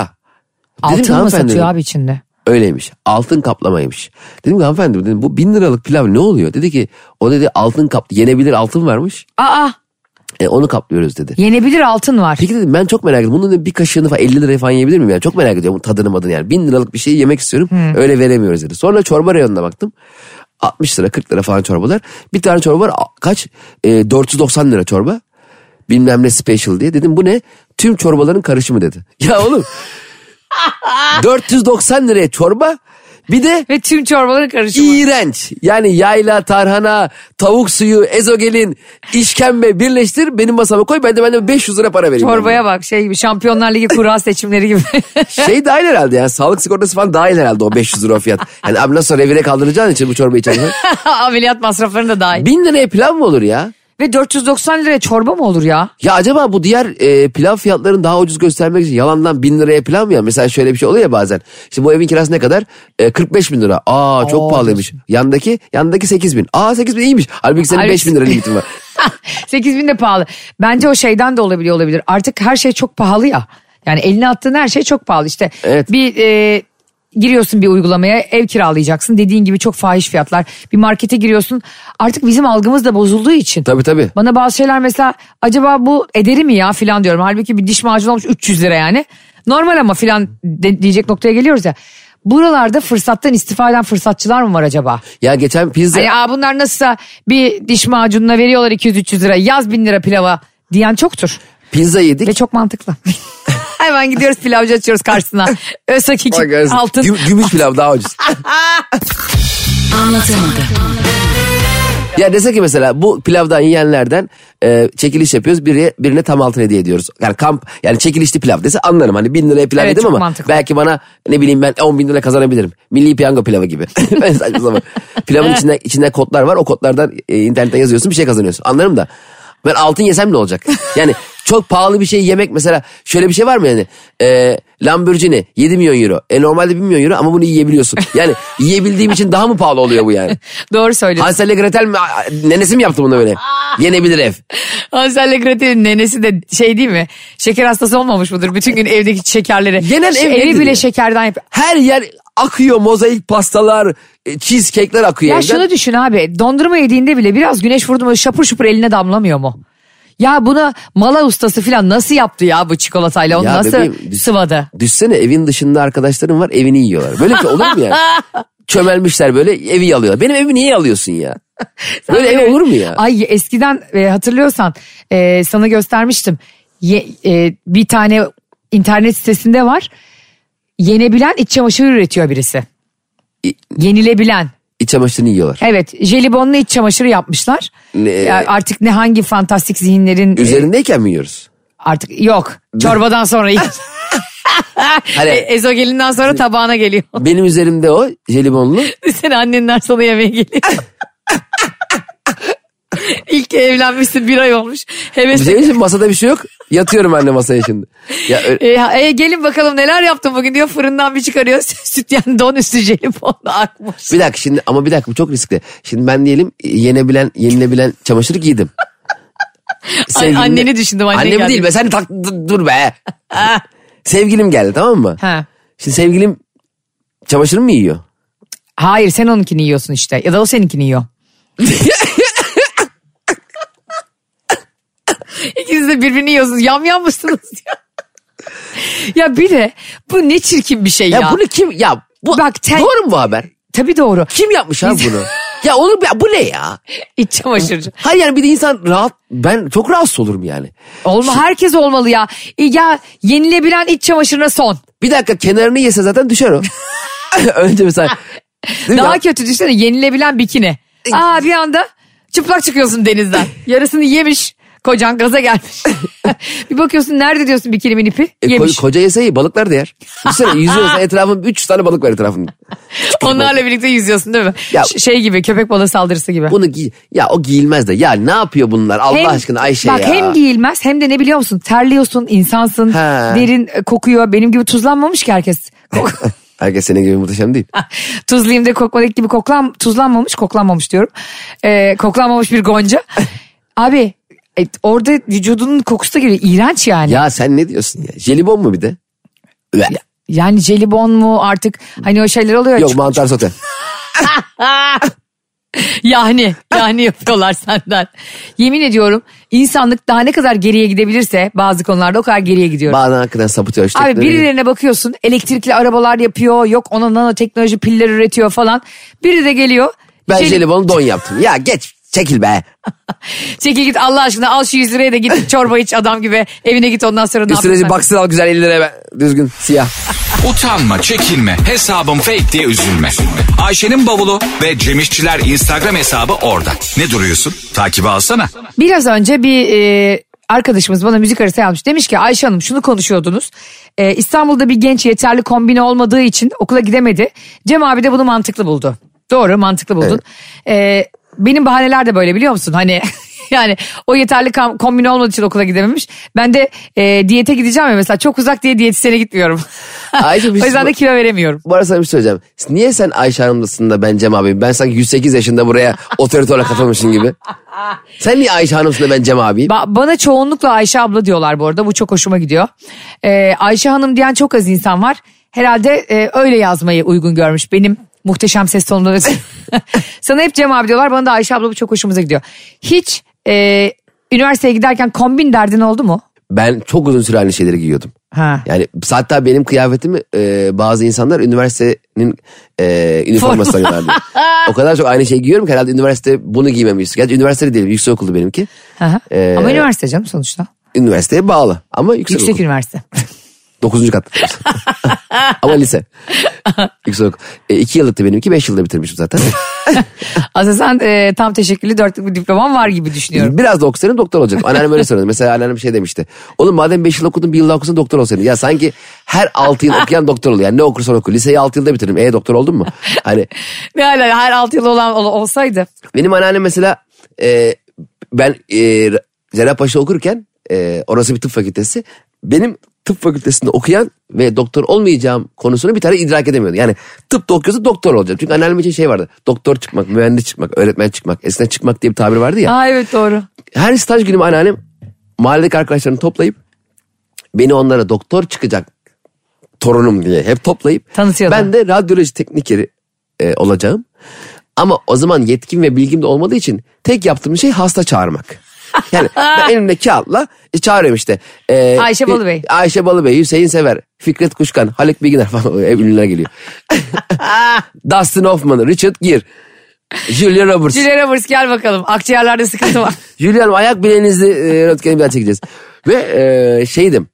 S3: Dedim ki
S2: Altın mı
S3: hanımefendi
S2: satıyor
S3: dedim.
S2: abi içinde?
S3: Öyleymiş. Altın kaplamaymış. Dedim ki hanımefendi dedim, bu bin liralık pilav ne oluyor? Dedi ki o dedi altın kaplı yenebilir altın varmış.
S2: Aa
S3: E, onu kaplıyoruz dedi.
S2: yenebilir altın var.
S3: Peki dedim ben çok merak ediyorum. Bunun dedim bir kaşığını falan 50 liraya falan yiyebilir miyim? Yani çok merak ediyorum tadını madını yani. 1000 liralık bir şeyi yemek istiyorum. Öyle veremiyoruz dedi. Sonra çorba reyonuna baktım. 60 lira 40 lira falan çorbalar. Bir tane çorba var a- kaç? E, 490 lira çorba. Bilmem ne special diye. Dedim bu ne? Tüm çorbaların karışımı dedi. Ya oğlum 490 liraya çorba bir de
S2: Ve tüm çorbaların karışımı.
S3: iğrenç. Yani yayla, tarhana, tavuk suyu, ezogelin, işkembe birleştir benim masama koy. Ben de ben de 500 lira para vereyim.
S2: Çorbaya bak şey gibi şampiyonlar ligi kura seçimleri gibi.
S3: Şey dahil herhalde yani sağlık sigortası falan dahil herhalde o 500 lira o fiyat. Yani abi nasıl revire kaldıracağın için bu çorbayı içersen.
S2: Ameliyat masraflarını da dahil.
S3: 1000 liraya pilav mı olur ya?
S2: Ve 490 liraya çorba mı olur ya?
S3: Ya acaba bu diğer e, pilav fiyatlarını daha ucuz göstermek için yalandan 1000 liraya pilav mı ya? Mesela şöyle bir şey oluyor ya bazen. İşte bu evin kirası ne kadar? E, 45 bin lira. Aa çok
S2: Oo,
S3: pahalıymış. Yandaki yandaki 8 bin. Aa 8 bin iyiymiş. Halbuki senin
S2: Halbuki-
S3: 5 bin lira limitin var.
S2: 8 bin de pahalı. Bence o şeyden de olabiliyor olabilir. Artık her şey çok pahalı ya. Yani eline attığın her şey çok pahalı. İşte
S3: Evet.
S2: bir e, giriyorsun bir uygulamaya ev kiralayacaksın. Dediğin gibi çok fahiş fiyatlar. Bir markete giriyorsun. Artık bizim algımız da bozulduğu için.
S3: Tabii tabii.
S2: Bana bazı şeyler mesela acaba bu ederi mi ya filan diyorum. Halbuki bir diş macunu olmuş 300 lira yani. Normal ama filan de- diyecek noktaya geliyoruz ya. Buralarda fırsattan istifa eden fırsatçılar mı var acaba?
S3: Ya geçen pizza.
S2: Hani aa bunlar nasılsa bir diş macununa veriyorlar 200-300 lira yaz 1000 lira pilava diyen çoktur.
S3: Pizza yedik.
S2: Ve çok mantıklı. Hemen gidiyoruz pilavcı açıyoruz karşısına. Özsak iki
S3: Bak arasın.
S2: altın.
S3: Güm- gümüş pilav daha ucuz.
S4: Anlatamadım.
S3: Ya dese ki mesela bu pilavdan yiyenlerden e, çekiliş yapıyoruz birine, birine tam altın hediye ediyoruz. Yani kamp yani çekilişli pilav dese anlarım hani bin liraya pilav
S2: Evet,
S3: yedim
S2: çok
S3: ama
S2: mantıklı.
S3: belki bana ne bileyim ben 10 bin lira kazanabilirim. Milli piyango pilavı gibi. ben saçma sapan. Pilavın içinde, içinde kodlar var o kodlardan e, internetten yazıyorsun bir şey kazanıyorsun anlarım da. Ben altın yesem ne olacak? Yani çok pahalı bir şey yemek mesela şöyle bir şey var mı yani? E, Lamborghini 7 milyon euro. E normalde 1 milyon euro ama bunu yiyebiliyorsun. Yani yiyebildiğim için daha mı pahalı oluyor bu yani?
S2: Doğru söylüyorsun.
S3: Hansel ile Gretel mi? Nenesi mi yaptı bunu böyle?
S2: Ah.
S3: Yenebilir ev.
S2: Hansel ile Gretel'in nenesi de şey değil mi? Şeker hastası olmamış mıdır? Bütün gün evdeki şekerleri.
S3: Genel
S2: Şu
S3: ev
S2: evi
S3: nedir
S2: bile
S3: ya?
S2: şekerden yapıyor.
S3: Her yer akıyor mozaik pastalar, e, cheesecake'ler akıyor
S2: Ya
S3: evden.
S2: şunu düşün abi dondurma yediğinde bile biraz güneş vurdu mu şapur şupur eline damlamıyor mu? Ya buna mala ustası falan nasıl yaptı ya bu çikolatayla onu
S3: Ya
S2: nasıl
S3: bebeğim, düş-
S2: sıvadı?
S3: Düşsene evin dışında arkadaşlarım var evini yiyorlar. Böyle bir şey olur mu ya? Çömelmişler böyle evi yalıyorlar. Benim evimi niye alıyorsun ya? Böyle ev olur mu ya?
S2: hani Ay eskiden e, hatırlıyorsan e, sana göstermiştim. Ye- e, bir tane internet sitesinde var. Yenebilen iç çamaşırı üretiyor birisi.
S3: İ-
S2: Yenilebilen.
S3: İç çamaşırını yiyorlar.
S2: Evet jelibonlu iç çamaşırı yapmışlar.
S3: Ne-
S2: Ya artık ne hangi fantastik zihinlerin e,
S3: Üzerindeyken mi yiyoruz?
S2: artık yok. Çorbadan sonra yiyor. E,
S3: Hani-
S2: Ezogelinden sonra tabağına geliyor.
S3: Benim üzerimde o jelibonlu.
S2: Sen annenler sana yemeğe geliyor. İlk evlenmişsin bir ay olmuş. Hevesle
S3: Benim için masada bir şey yok. Yatıyorum anne masaya şimdi. Ya ö-
S2: E, ha- e, gelin bakalım neler yaptın bugün diyor fırından bir çıkarıyor süt yani don üstü jelibonla akmış.
S3: Bir dakika şimdi ama bir dakika bu çok riskli. Şimdi ben diyelim yenebilen yenilebilen çamaşır giydim. Sevgilimle-
S2: anneni düşündüm, annen
S3: Annemi
S2: geldi.
S3: değil be sen tak dur- dur be. sevgilim geldi tamam mı?
S2: Ha.
S3: Şimdi sevgilim çamaşırımı mı yiyor?
S2: Hayır sen onunkini yiyorsun işte ya da o seninkini yiyor. İkiniz de birbirini yiyorsunuz. Yam yam mısınız diyor. ya bir de bu ne çirkin bir şey ya.
S3: Ya, bunu kim ya bu
S2: Bak tel-
S3: doğru mu bu haber?
S2: Tabii doğru.
S3: Kim yapmış abi bunu? ya olur mu ya bu ne ya?
S2: İç çamaşırcı.
S3: Hayır yani bir de insan rahat ben çok rahatsız olurum yani.
S2: Olma herkes olmalı ya. E, Ya yenilebilen iç çamaşırına son.
S3: Bir dakika kenarını yese zaten düşer o. Önce mesela. Değil mi?
S2: Daha kötü düşünsene yenilebilen bikini. Aa bir anda çıplak çıkıyorsun denizden. Yarısını yemiş. Kocan gaza gelmiş. bir bakıyorsun nerede diyorsun bikinimin ipi?
S3: E, ko-
S2: Yemiş.
S3: koca yese iyi balıklar da yer. Düşünsene yüzüyorsan etrafın 3 tane balık var etrafında.
S2: Onlarla birlikte yüzüyorsun değil mi?
S3: Ya-
S2: Ş- şey gibi köpek balığı saldırısı gibi.
S3: Bunu giy ya o giyilmez de ya ne yapıyor bunlar Allah
S2: Hem-
S3: aşkına Ayşe
S2: bak,
S3: ya.
S2: hem giyilmez hem de ne biliyor musun? Terliyorsun, insansın,
S3: He.
S2: derin e, kokuyor. Benim gibi tuzlanmamış ki herkes. Kok-
S3: Herkes senin gibi muhteşem değil.
S2: Tuzlayayım da kokmadık gibi koklan, tuzlanmamış, koklanmamış diyorum. Ee, koklanmamış bir gonca. Abi e, orada vücudunun kokusu da geliyor. İğrenç yani.
S3: ya sen ne diyorsun ya? Jelibon mu bir de? Üve.
S2: Yani jelibon mu artık hani o şeyler oluyor. ya,
S3: Yok
S2: çok-
S3: mantar sote.
S2: Yani yani yapıyorlar senden. Yemin ediyorum insanlık daha ne kadar geriye gidebilirse bazı konularda o kadar geriye gidiyor.
S3: Bazen hakikaten sabotaj.
S2: Abi
S3: teknoloji.
S2: birilerine bakıyorsun elektrikli arabalar yapıyor yok ona nanoteknoloji piller üretiyor falan. Biri de geliyor.
S3: Ben
S2: jeli-
S3: jelibonu don yaptım. Ya geç çekil be.
S2: Çekil git Allah aşkına al şu 100 liraya da git çorba iç adam gibi evine git ondan sonra ne
S3: Üstüne
S2: yapıyorsan.
S3: bir baksın al güzel 50 liraya ben. Düzgün siyah.
S1: Utanma, çekinme, hesabım fake diye üzülme. Ayşe'nin bavulu ve Cemişçiler Instagram hesabı orada. Ne duruyorsun? Takibi alsana.
S2: Biraz önce bir e, arkadaşımız bana müzik arası yapmış. Demiş ki Ayşe Hanım şunu konuşuyordunuz. E, İstanbul'da bir genç yeterli kombine olmadığı için okula gidemedi. Cem abi de bunu mantıklı buldu. Doğru mantıklı buldun. E, benim bahaneler de böyle biliyor musun? Hani yani o yeterli kam- kombine olmadığı için okula gidememiş. Ben de e, diyete gideceğim ya mesela çok uzak diye diyetisyene gitmiyorum.
S3: Ayşe, bir
S2: o yüzden
S3: şey-
S2: de kilo veremiyorum.
S3: Bu arada sana bir şey söyleyeceğim. Niye sen Ayşe Hanım'dasın da ben Cem abiyim? Ben sanki 108 yaşında buraya otorite olarak katılmışım gibi. Sen niye Ayşe Hanım'sın da ben Cem abiyim?
S2: Ba- bana çoğunlukla Ayşe abla diyorlar bu arada. Bu çok hoşuma gidiyor. Ee, Ayşe Hanım diyen çok az insan var. Herhalde e, öyle yazmayı uygun görmüş benim muhteşem ses tonumdan ötürü. Sana hep Cem abi diyorlar. Bana da Ayşe abla bu çok hoşumuza gidiyor. Hiç e, üniversiteye giderken kombin derdin oldu mu?
S3: Ben çok uzun süre aynı şeyleri giyiyordum.
S2: Ha.
S3: Yani hatta benim kıyafetimi e, bazı insanlar üniversitenin e, üniforması
S2: Forma.
S3: sanıyorlardı. o kadar çok aynı şeyi giyiyorum ki herhalde üniversite bunu giymemiş. Gerçi üniversite değil yüksek okuldu benimki.
S2: Aha.
S3: Ee,
S2: Ama üniversite canım sonuçta.
S3: Üniversiteye bağlı ama yüksek,
S2: Yüksek
S3: okul.
S2: üniversite.
S3: Dokuzuncu kat. ama lise. yüksek okul. E, iki yıllıktı benimki beş yılda bitirmişim zaten.
S2: Aslında sen e, tam teşekküllü dörtlük bir diploman var gibi düşünüyorum.
S3: Biraz da okusaydın doktor olacaktım. Anneannem öyle söyledi. Mesela anneannem şey demişti. Oğlum madem 5 yıl okudun bir yıl daha okusan doktor olsaydın. Ya sanki her 6 yıl okuyan doktor oluyor. Yani ne okursan oku. Liseyi 6 yılda bitirdim. E doktor oldun mu? Hani
S2: Ne hala her altı yıl olan ol- olsaydı.
S3: benim anneannem mesela e, ben e, Cerrahpaşa okurken e, orası bir tıp fakültesi. Benim tıp fakültesinde okuyan ve doktor olmayacağım konusunu bir tane idrak edemiyordu. Yani tıp da okuyorsa doktor olacağım. Çünkü anneannem için şey vardı. Doktor çıkmak, mühendis çıkmak, öğretmen çıkmak, esne çıkmak diye bir tabir vardı ya.
S2: Ha evet doğru.
S3: her staj günü anneannem mahalledeki arkadaşlarını toplayıp beni onlara doktor çıkacak torunum diye hep toplayıp
S2: Tanıtıyordu.
S3: ben de radyoloji teknikeri e, olacağım. Ama o zaman yetkim ve bilgim de olmadığı için tek yaptığım şey hasta çağırmak. Yani ben elimde kağıtla e, çağırıyorum işte. E,
S2: Ayşe Balıbey.
S3: Ayşe Balıbey, Hüseyin Sever, Fikret Kuşkan, Haluk Bilginer falan hep ünlüler geliyor. Dustin Hoffman, Richard Gere, Julia Roberts.
S2: Julia Roberts gel bakalım. Akciğerlerde sıkıntı var.
S3: Hülya Hanım ayak bileğinizi e, röntgeni bir daha çekeceğiz. Ve e, şeydim.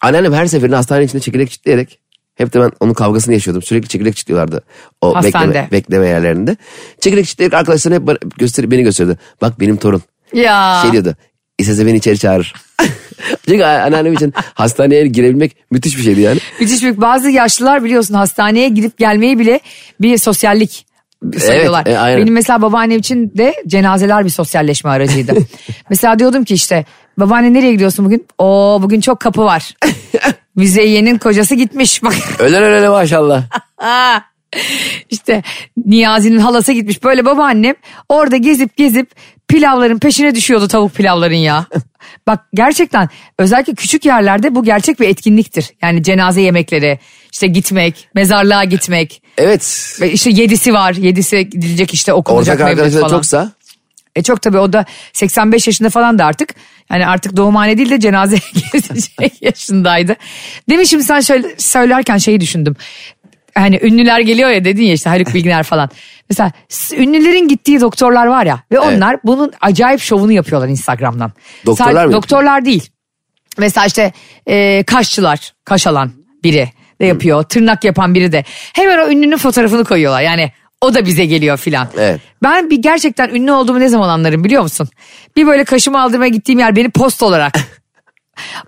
S3: Anneannem her seferinde hastane içinde çekirdek çitleyerek hep de ben onun kavgasını yaşıyordum. Sürekli çekirdek çitliyorlardı o
S2: Hastanede.
S3: bekleme, bekleme yerlerinde. Çekirdek çitleyerek arkadaşlarına hep bana, göster, beni gösterdi. Bak benim torun.
S2: ya.
S3: Şey diyordu. İstese beni içeri çağırır. Çünkü anneannem için hastaneye girebilmek müthiş bir şeydi yani.
S2: Müthiş büyük. Bazı yaşlılar biliyorsun hastaneye gidip gelmeyi bile bir sosyallik sayıyorlar.
S3: e, aynen.
S2: Benim mesela babaannem için de cenazeler bir sosyalleşme aracıydı. mesela diyordum ki işte babaanne nereye gidiyorsun bugün? Oo bugün çok kapı var. Müzeyye'nin kocası gitmiş bak.
S3: Ölen ölene maşallah.
S2: Aa, işte Niyazi'nin halası gitmiş. Böyle babaannem orada gezip gezip pilavların peşine düşüyordu tavuk pilavların ya. Bak gerçekten özellikle küçük yerlerde bu gerçek bir etkinliktir. Yani cenaze yemekleri, işte gitmek, mezarlığa gitmek.
S3: Evet.
S2: Ve işte yedisi var. Yedisi gidilecek işte okunacak
S3: Ortak
S2: mevlüt
S3: arkadaşlar
S2: falan.
S3: çoksa
S2: E çok tabii o da 85 yaşında falan da artık. Hani artık doğumhane değil de cenaze gezecek yaşındaydı. Demin şimdi sen şöyle söylerken şeyi düşündüm. Hani ünlüler geliyor ya dedin ya işte Haluk Bilginer falan. Mesela s- ünlülerin gittiği doktorlar var ya ve onlar bunun acayip şovunu yapıyorlar Instagram'dan.
S3: Doktorlar
S2: Sadece-
S3: mı
S2: Doktorlar değil. Mesela işte e, kaşçılar, kaş alan biri de yapıyor. Tırnak yapan biri de. Hemen o ünlünün fotoğrafını koyuyorlar. Yani o da bize geliyor filan.
S3: Evet.
S2: Ben bir gerçekten ünlü olduğumu ne zaman anlarım biliyor musun? Bir böyle kaşımı aldırmaya gittiğim yer beni post olarak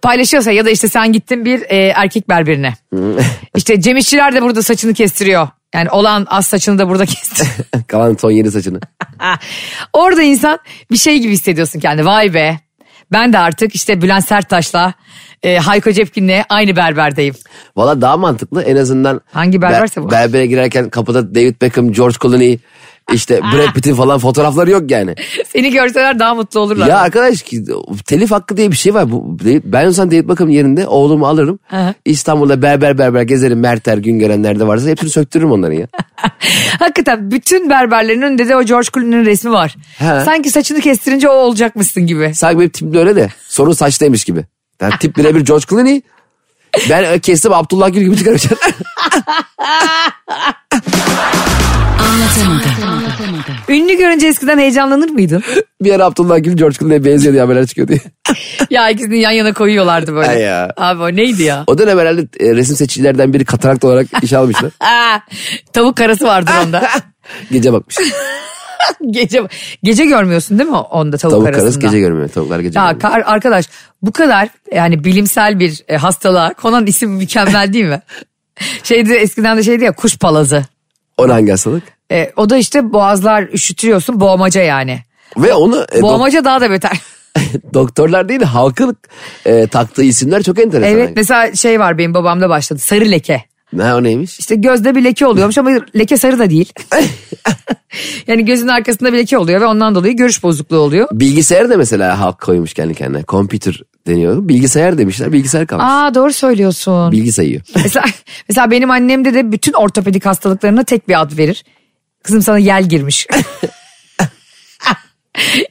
S2: paylaşıyorsa ya da işte sen gittin bir e, erkek berberine. işte Cem İşçiler de burada saçını kestiriyor. Yani olan az saçını da burada kestiriyor.
S3: Kalan son yeni saçını.
S2: Ha, Orada insan bir şey gibi hissediyorsun kendini. Vay be. Ben de artık işte Bülent Serttaş'la e, Hayko Cepkin'le aynı berberdeyim.
S3: Valla daha mantıklı en azından.
S2: Hangi berberse
S3: ber-
S2: bu.
S3: Berbere girerken kapıda David Beckham, George Clooney, işte Brad Pitt'in falan fotoğrafları yok yani.
S2: Seni görseler daha mutlu olurlar.
S3: Ya arkadaş ki- telif hakkı diye bir şey var. Bu, ben olsam David Beckham'ın yerinde oğlumu alırım.
S2: Aha.
S3: İstanbul'da berber berber gezerim. Er, Mertler, Güngörenler de varsa hepsini söktürürüm onların ya.
S2: Hakikaten bütün berberlerin önünde de o George Clooney'nin resmi var.
S3: He.
S2: Sanki saçını kestirince o olacakmışsın gibi.
S3: Sanki benim tipim de öyle de sorun saçtaymış gibi. Yani tip birebir George Clooney. Ben kestim Abdullah Gül gibi çıkaracağım.
S2: Ünlü görünce eskiden heyecanlanır mıydın?
S3: bir ara Abdullah Gül George Clooney'e benziyor diye haberler çıkıyor diye.
S2: ya ikisini yan yana koyuyorlardı böyle.
S3: Ay ya.
S2: Abi o neydi ya?
S3: O dönem herhalde e, resim seçicilerden biri katarakt olarak işe almışlar.
S2: Aa, tavuk karası vardı onda.
S3: Gece bakmış.
S2: gece gece görmüyorsun değil mi onda tavuk,
S3: Tavuk
S2: karasında?
S3: karısı gece görmüyor. Tavuklar gece
S2: Ya
S3: görmüyor.
S2: kar- arkadaş bu kadar yani bilimsel bir e, hastalığa konan isim mükemmel değil mi? Şeydi eskiden de şeydi ya kuş palazı.
S3: Onun hangi hastalık?
S2: E, o da işte boğazlar üşütüyorsun boğmaca yani.
S3: Ve onu e, dok-
S2: Boğmaca daha da beter.
S3: doktorlar değil halkın e, taktığı isimler çok enteresan. Hani,
S2: evet mesela şey var benim babamda başladı sarı leke.
S3: Ne o neymiş?
S2: İşte gözde bir leke oluyormuş ama leke sarı da değil. yani gözün arkasında bir leke oluyor ve ondan dolayı görüş bozukluğu oluyor.
S3: Bilgisayar da mesela halk koymuş kendi kendine. Computer deniyor. Bilgisayar demişler. Bilgisayar kalmış.
S2: Aa doğru söylüyorsun.
S3: Bilgi sayıyor.
S2: Mesela, mesela benim annem de de bütün ortopedik hastalıklarına tek bir ad verir. Kızım sana yel girmiş.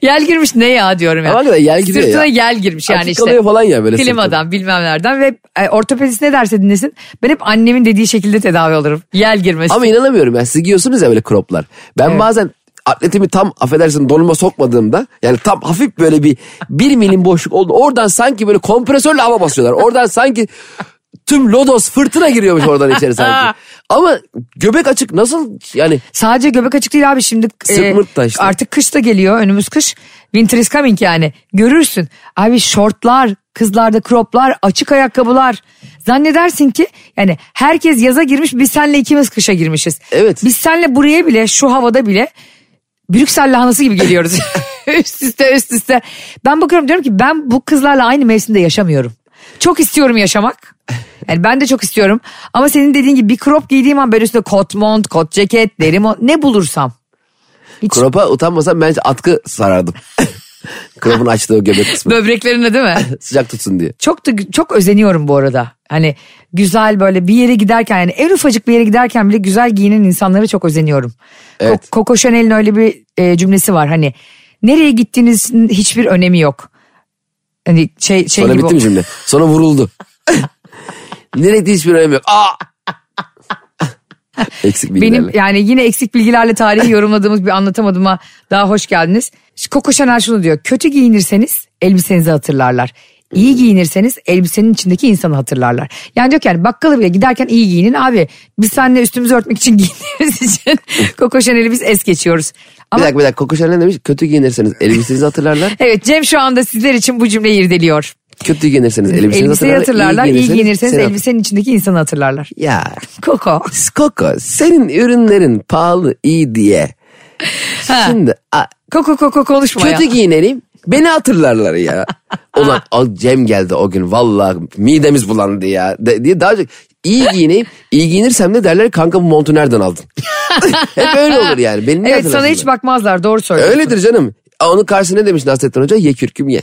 S2: yel girmiş ne ya diyorum ya.
S3: Ama hakikaten yel giriyor
S2: Sırtına
S3: ya.
S2: yel girmiş yani
S3: Açık
S2: işte.
S3: kalıyor falan ya böyle
S2: Klimadan bilmem nereden ve e, ortopedist ne derse dinlesin ben hep annemin dediği şekilde tedavi olurum. Yel girmesi.
S3: Ama inanamıyorum ya siz giyiyorsunuz ya böyle croplar. Ben
S2: Evet.
S3: bazen atletimi tam affedersin donuma sokmadığımda yani tam hafif böyle bir bir milim boşluk oldu. Oradan sanki böyle kompresörle hava basıyorlar. Oradan sanki tüm lodos fırtına giriyormuş oradan içeri sanki. Ama göbek açık nasıl yani
S2: Sadece göbek açık değil abi şimdi. e,
S3: Sırt mırt da işte.
S2: Artık kış da geliyor önümüz kış. Winter is coming yani. Görürsün. Abi şortlar, kızlarda croplar, açık ayakkabılar. Zannedersin ki yani herkes yaza girmiş biz senle ikimiz kışa girmişiz.
S3: Evet.
S2: Biz senle buraya bile şu havada bile Brüksel lahanası gibi geliyoruz. üst üste üst üste. Ben bakıyorum diyorum ki ben bu kızlarla aynı mevsimde yaşamıyorum. Çok istiyorum yaşamak. Yani ben de çok istiyorum. Ama senin dediğin gibi bir crop giydiğim an böyle üstüne kot mont, kot ceket, deri mont ne bulursam.
S3: cropa utanmasam bence atkı sarardım. Crop'un açtığı göbek kısmı
S2: Böbreklerine değil mi?
S3: sıcak tutsun diye.
S2: çok da çok özeniyorum bu arada. Hani güzel böyle bir yere giderken yani en ufacık bir yere giderken bile güzel giyinen insanlara çok özeniyorum.
S3: Evet.
S2: Ko- Coco Chanel'in öyle bir e, cümlesi var hani nereye gittiğinizin hiçbir önemi yok. Hani şey şey
S3: Sonra
S2: gibi.
S3: bitti mi cümle? Sonra vuruldu. Nereye gittiği hiçbir önemi yok. Aa! Eksik bilgilerle.
S2: Benim yani yine eksik bilgilerle tarihi yorumladığımız bir anlatamadığıma daha hoş geldiniz. Coco Chanel şunu diyor. Kötü giyinirseniz elbisenizi hatırlarlar. İyi giyinirseniz elbisenin içindeki insanı hatırlarlar. Yani diyor ki yani bakkala bile giderken iyi giyinin abi. Biz seninle üstümüzü örtmek için giyindiğimiz için Coco Chanel'i biz es geçiyoruz.
S3: Bir
S2: Ama
S3: dakika bir dakika Coco Chanel ne demiş kötü giyinirseniz elbisenizi hatırlarlar.
S2: evet Cem şu anda sizler için bu cümleyi irdeliyor.
S3: Kötü giyinirseniz elbisenizi
S2: Elbiseyi hatırlarlar, iyi giyinirseniz
S3: seni
S2: elbisenin içindeki insanı hatırlarlar.
S3: hatır- Ya
S2: Coco.
S3: Coco senin ürünlerin pahalı iyi diye.
S2: Ha.
S3: Şimdi a-
S2: Coco Coco konuşma ya.
S3: kötü giyinelim beni hatırlarlar ya. Ulan o Cem geldi o gün vallahi midemiz bulandı ya de- diye daha çok iyi giyineyim iyi giyinirsem de derler kanka bu montu nereden aldın? Hep öyle olur yani. Beni niye
S2: Evet sana hiç
S3: hatırlasınlar?
S2: bakmazlar doğru söylüyorsun.
S3: Öyledir canım. Aa, Onun karşısında ne demiş Nasrettin Hoca? Ye kürküm ye.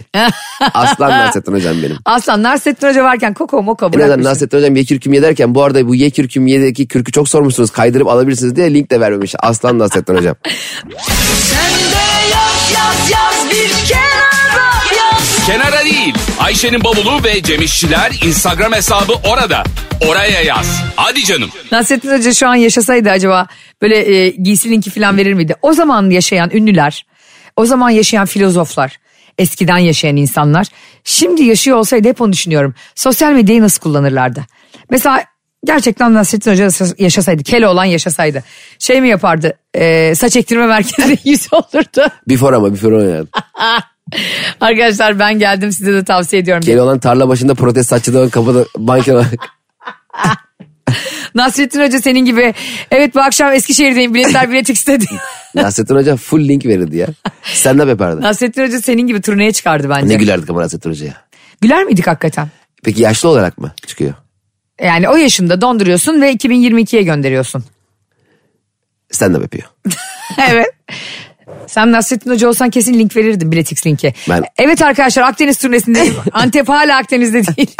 S3: Aslan Nasrettin Hocam benim.
S2: Aslan Nasrettin Hoca varken koko moko
S3: En azından
S2: bırakmışsın.
S3: Nasrettin Hocam ye kürküm ye derken bu arada bu ye kürküm ye'deki kürkü çok sormuşsunuz. Kaydırıp alabilirsiniz diye link de vermemiş. Aslan Nasrettin Hocam.
S4: Sen de yaz yaz yaz bir kenara yaz Kenara değil. Ayşe'nin bavulu ve Cemişçiler Instagram hesabı orada. Oraya yaz. Hadi canım.
S2: Nasrettin Hoca şu an yaşasaydı acaba böyle e, giysi linki falan verir miydi? O zaman yaşayan ünlüler, o zaman yaşayan filozoflar, eskiden yaşayan insanlar. Şimdi yaşıyor olsaydı hep onu düşünüyorum. Sosyal medyayı nasıl kullanırlardı? Mesela gerçekten Nasrettin Hoca yaşasaydı, Keloğlan yaşasaydı. Şey mi yapardı? E, saç ektirme merkezi yüz olurdu.
S3: Before ama before oynardım.
S2: Arkadaşlar ben geldim size de tavsiye ediyorum.
S3: Gel olan tarla başında protestatçıdan kapıda bankada.
S2: Nasrettin Hoca senin gibi evet bu akşam Eskişehir'deyim biletler bilet istedi.
S3: Nasrettin Hoca full link verirdi ya. Stand up yapardı.
S2: Nasrettin Hoca senin gibi turneye çıkardı bence.
S3: ne gülerdik ama Nasrettin Hoca'ya.
S2: Güler miydik hakikaten?
S3: Peki yaşlı olarak mı çıkıyor?
S2: Yani o yaşında donduruyorsun ve 2022'ye gönderiyorsun.
S3: Stand up yapıyor.
S2: evet. Sen Nasrettin Hoca olsan kesin link verirdin Biletix linki.
S3: Ben-
S2: Evet arkadaşlar Akdeniz turnesindeyim. Antep hala Akdeniz'de değil.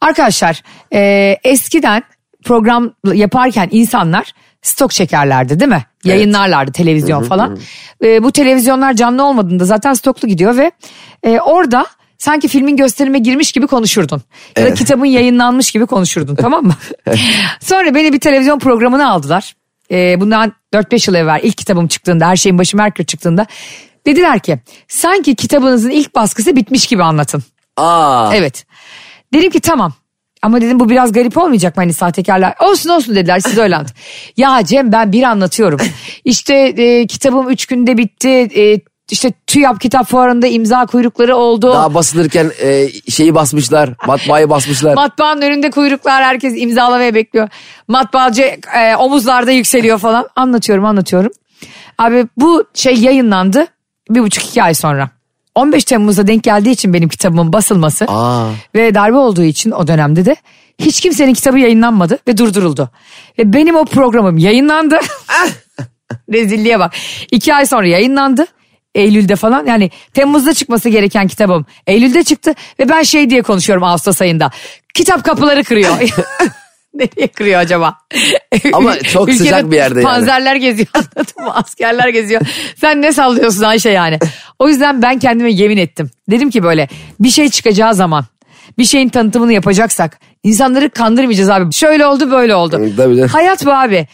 S2: arkadaşlar e, eskiden program yaparken insanlar stok çekerlerdi değil mi? Yayınlarlardı televizyon falan. E, bu televizyonlar canlı olmadığında zaten stoklu gidiyor ve e, orada sanki filmin gösterime girmiş gibi konuşurdun. Ya da kitabın yayınlanmış gibi konuşurdun tamam mı? Sonra beni bir televizyon programına aldılar. E, bundan 4-5 yıl evvel ilk kitabım çıktığında her şeyin başı Merkür çıktığında dediler ki sanki kitabınızın ilk baskısı bitmiş gibi anlatın.
S3: Aa.
S2: Evet. Dedim ki tamam. Ama dedim bu biraz garip olmayacak mı hani sahtekarlar? Olsun olsun dediler siz öyle anlatın. ya Cem ben bir anlatıyorum. İşte e, kitabım üç günde bitti. E, işte TÜYAP kitap fuarında imza kuyrukları oldu.
S3: Daha basılırken e, şeyi basmışlar. Matbaayı basmışlar.
S2: Matbaanın önünde kuyruklar herkes imzalamaya bekliyor. Matbaacı e, omuzlarda yükseliyor falan. Anlatıyorum anlatıyorum. Abi bu şey yayınlandı bir buçuk iki ay sonra. 15 Temmuz'a denk geldiği için benim kitabımın basılması
S3: Aa.
S2: ve darbe olduğu için o dönemde de hiç kimsenin kitabı yayınlanmadı ve durduruldu. Ve benim o programım yayınlandı.
S3: Ah!
S2: Rezilliğe bak. İki ay sonra yayınlandı. Eylül'de falan yani Temmuz'da çıkması gereken kitabım Eylül'de çıktı ve ben şey diye konuşuyorum Ağustos ayında. Kitap kapıları kırıyor. Nereye kırıyor acaba?
S3: Ama çok
S2: Ülkede
S3: sıcak bir yerde yani.
S2: Panzerler geziyor anladın mı? Askerler geziyor. Sen ne sallıyorsun Ayşe yani? O yüzden ben kendime yemin ettim. Dedim ki böyle bir şey çıkacağı zaman bir şeyin tanıtımını yapacaksak insanları kandırmayacağız abi. Şöyle oldu böyle oldu.
S3: Tabii canım.
S2: Hayat bu abi.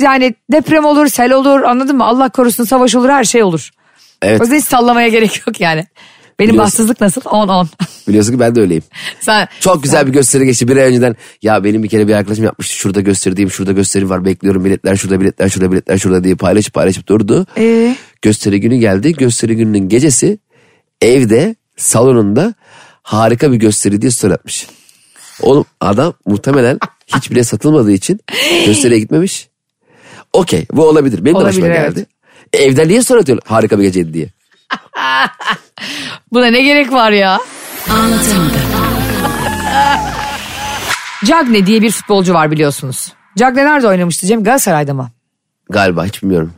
S2: Yani deprem olur, sel olur anladın mı? Allah korusun savaş olur her şey olur.
S3: Evet.
S2: O yüzden hiç sallamaya gerek yok yani. Benim
S3: Biliyorsun.
S2: bahtsızlık nasıl? 10-10.
S3: Biliyorsun ki ben de öyleyim.
S2: Sen
S3: Çok güzel bir gösteri geçti bir ay önceden. Ya benim bir kere bir arkadaşım yapmıştı. Şurada gösterdiğim şurada gösteri var. Bekliyorum biletler şurada biletler şurada biletler şurada diye paylaşıp paylaşıp durdu.
S2: Ee?
S3: Gösteri günü geldi. Gösteri gününün gecesi evde salonunda harika bir gösteri diye story atmış. Oğlum adam muhtemelen hiç bile satılmadığı için gösteriye gitmemiş. Okey bu olabilir. Benim de başıma
S2: Olabilir, evet.
S3: geldi. E, Evden niye story atıyor harika bir geceydi diye.
S2: buna ne gerek var ya? Cagne diye bir futbolcu var biliyorsunuz. Cagne nerede oynamıştı Cem? Galatasaray'da mı?
S3: Galiba hiç bilmiyorum.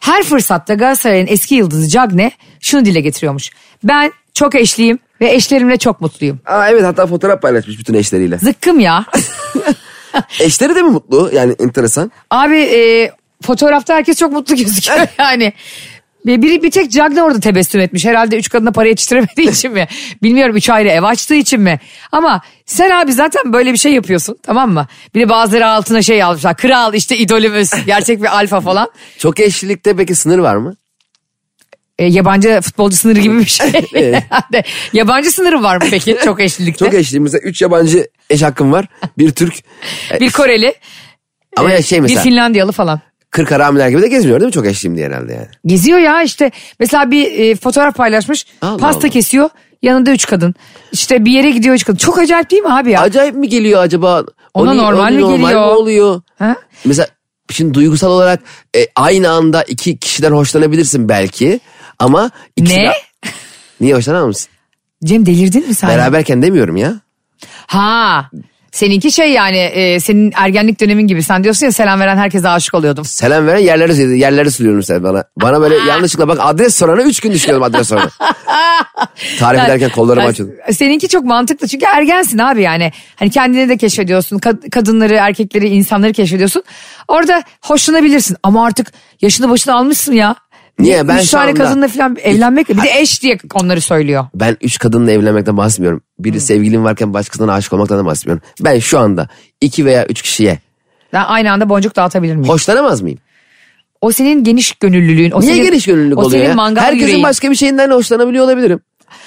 S2: Her fırsatta Galatasaray'ın eski yıldızı Cagne şunu dile getiriyormuş. Ben çok eşliyim ve eşlerimle çok mutluyum.
S3: Aa, evet hatta fotoğraf paylaşmış bütün eşleriyle.
S2: Zıkkım ya.
S3: Eşleri de mi mutlu? Yani enteresan.
S2: Abi e, fotoğrafta herkes çok mutlu gözüküyor yani. Ve Biri bir tek Cagne orada tebessüm etmiş. Herhalde üç kadına para yetiştiremediği için mi? Bilmiyorum üç ayrı ev açtığı için mi? Ama sen abi zaten böyle bir şey yapıyorsun tamam mı? Bir de bazıları altına şey almışlar. Kral işte idolümüz gerçek bir alfa falan.
S3: Çok eşlilikte peki sınır var mı?
S2: E, yabancı futbolcu sınırı gibi bir şey. Herhalde. yabancı sınırı var mı peki çok eşlilikte?
S3: Çok eşli. Mesela 3 yabancı eş hakkım var. Bir Türk. E,
S2: bir Koreli,
S3: Ama ya şey
S2: bir
S3: mesela
S2: Finlandiyalı falan.
S3: 40 haramiler gibi de gezmiyor değil mi? Çok eşliyim diye herhalde yani.
S2: Geziyor ya işte mesela bir e, fotoğraf paylaşmış
S3: Allah
S2: pasta
S3: Allah.
S2: kesiyor yanında üç kadın işte bir yere gidiyor üç kadın çok acayip değil mi abi ya?
S3: Acayip mi geliyor acaba? O
S2: Ona
S3: niye-
S2: normal
S3: o
S2: mi
S3: normal
S2: geliyor?
S3: mi oluyor?
S2: Ha?
S3: Mesela şimdi duygusal olarak e, aynı anda iki kişiden hoşlanabilirsin belki. Ama ikisi
S2: Ne?
S3: de- Niye hoşlanamamışsın?
S2: Cem delirdin mi sen?
S3: Beraberken demiyorum ya.
S2: Ha seninki şey yani e, senin ergenlik dönemin gibi sen diyorsun ya selam veren herkese aşık oluyordum.
S3: Selam veren yerlere yerlere sürüyorum sen bana. Bana böyle yanlışlıkla bak adres sorana 3 gün düşünüyorum adres sorana. Tarif ederken Hani kollarımı
S2: Ben-
S3: açıyordum.
S2: Seninki çok mantıklı çünkü ergensin abi yani. Hani kendini de keşfediyorsun. kad- kadınları, erkekleri, insanları keşfediyorsun. Orada hoşlanabilirsin ama artık yaşını başına almışsın ya.
S3: Niye ben
S2: Üç
S3: şu
S2: tane
S3: anda...
S2: kadınla falan evlenmek bir de eş diye onları söylüyor.
S3: Ben üç kadınla evlenmekten bahsetmiyorum. Biri sevgilim varken başkasına aşık olmaktan da bahsetmiyorum. Ben şu anda iki veya üç kişiye
S2: Ben aynı anda boncuk dağıtabilir miyim?
S3: hoşlanamaz mıyım?
S2: O senin geniş gönüllülüğün. O
S3: Niye
S2: senin,
S3: geniş gönüllülük
S2: o
S3: oluyor
S2: senin
S3: ya?
S2: mangal
S3: Herkesin
S2: yüreğin.
S3: başka bir şeyinden hoşlanabiliyor olabilirim.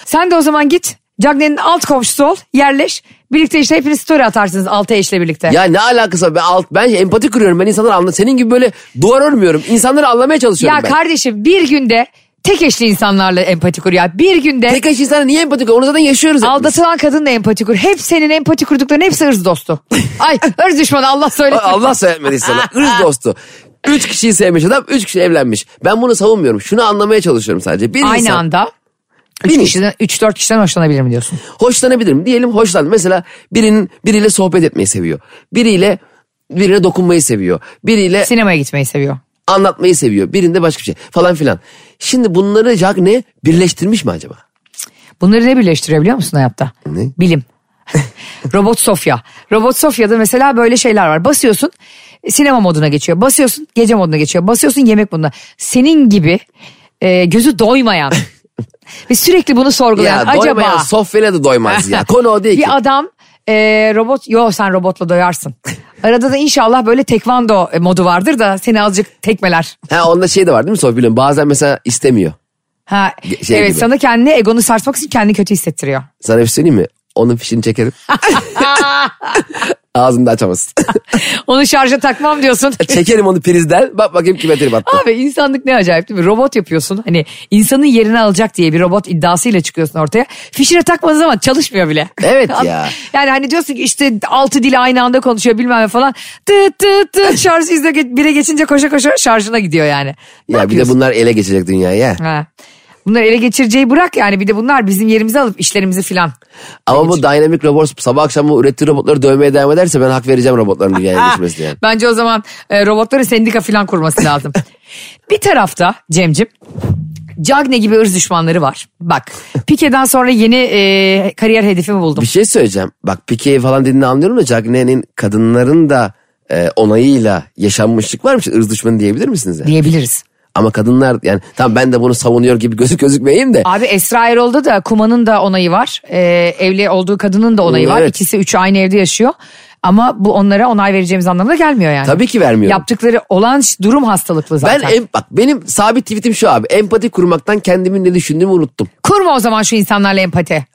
S2: Sen de o zaman git Cagney'in alt komşusu ol yerleş. Birlikte işte hepiniz story atarsınız altı eşle birlikte.
S3: Ya ne alakası var? Ben, alt, ben empati kuruyorum. Ben insanları anla. Senin gibi böyle duvar örmüyorum. İnsanları anlamaya çalışıyorum
S2: Ya
S3: ben.
S2: kardeşim bir günde tek eşli insanlarla empati kur ya. Bir günde
S3: Tek eş insana niye empati kuruyor? Onu zaten yaşıyoruz. hepimiz.
S2: aldatılan kadınla empati kur. Hep senin empati kurdukların hepsi hırs dostu. Ay hırs düşmanı Allah söylesin.
S3: Allah söylemedi sana. Irz dostu. Üç kişiyi sevmiş adam, üç kişi evlenmiş. Ben bunu savunmuyorum. Şunu anlamaya çalışıyorum sadece. Bir
S2: Aynı
S3: insan
S2: anda
S3: bir insan
S2: 3-4 kişiden hoşlanabilirim diyorsun.
S3: hoşlanabilirim. Diyelim hoşlan. Mesela birinin biriyle sohbet etmeyi seviyor. Biriyle birine dokunmayı seviyor. Biriyle
S2: Sinemaya gitmeyi seviyor.
S3: anlatmayı seviyor. Birinde başka bir şey falan filan. Şimdi bunları Jack ne birleştirmiş mi acaba?
S2: Bunları ne birleştiriyor biliyor musun hayatta?
S3: Ne?
S2: Bilim. Robot Sofya. Robot Sofya'da mesela böyle şeyler var. Basıyorsun sinema moduna geçiyor. Basıyorsun gece moduna geçiyor. Basıyorsun yemek moduna. Senin gibi e, gözü doymayan ve sürekli bunu sorgulayan
S3: Ya doymayan
S2: acaba
S3: sofyayla da doymaz ya. Konu o değil ki.
S2: bir adam e, robot yo sen robotla doyarsın. Arada da inşallah böyle tekvando e, modu vardır da seni azıcık tekmeler.
S3: Ha onda şey de var değil mi Sofya? Bilmiyorum, Bazen mesela istemiyor.
S2: Ha,
S3: Ge- şey
S2: evet
S3: gibi.
S2: sana kendini egonu sarsmak için kendini kötü hissettiriyor.
S3: Sana bir şey söyleyeyim mi? Onun fişini çekerim. Ağzını da açamazsın.
S2: Onu şarja takmam diyorsun.
S3: çekerim onu prizden. Bak bakayım kime trip attı.
S2: Abi insanlık ne acayip değil mi? Robot yapıyorsun. Hani insanın yerini alacak diye bir robot iddiasıyla çıkıyorsun ortaya. Fişine takmadığın zaman çalışmıyor bile.
S3: Evet ya.
S2: Yani hani diyorsun ki işte altı dili aynı anda konuşuyor bilmem ne falan. Tıt tıt tıt şarj izle ge- bire geçince koşa koşa şarjına gidiyor yani. Ne
S3: ya bir de
S2: yapıyorsun?
S3: bunlar ele geçecek dünyaya.
S2: Ha. Bunları ele geçireceği bırak yani bir de bunlar bizim yerimizi alıp işlerimizi filan.
S3: Ama bu dynamic robots sabah akşam bu ürettiği robotları dövmeye devam ederse ben hak vereceğim robotların dünyaya
S2: Ha,
S3: geçmesine yani.
S2: Bence o zaman e, robotları sendika filan kurması lazım. bir tarafta Cemcim Cagne gibi ırz düşmanları var. Bak Pike'den sonra yeni e, kariyer hedefimi buldum.
S3: Bir şey söyleyeceğim. Bak Pike'yi falan dediğini anlıyorum da Cagney'in kadınların da e, onayıyla yaşanmışlık varmış. Irz düşmanı diyebilir misiniz? Yani?
S2: diyebiliriz.
S3: Ama kadınlar yani tam ben de bunu savunuyor gibi gözük gözükmeyeyim de.
S2: Abi Esra Erol'da da Kuma'nın da onayı var. E, evli olduğu kadının da onayı var.
S3: Evet.
S2: İkisi üçü aynı evde yaşıyor. Ama bu onlara onay vereceğimiz anlamına gelmiyor yani.
S3: Tabii ki vermiyorum.
S2: Yaptıkları olan ş- durum hastalıklı
S3: ben
S2: zaten.
S3: em, bak benim sabit tweetim şu abi. Empati kurmaktan kendimin ne düşündüğümü unuttum.
S2: Kurma o zaman şu insanlarla empati.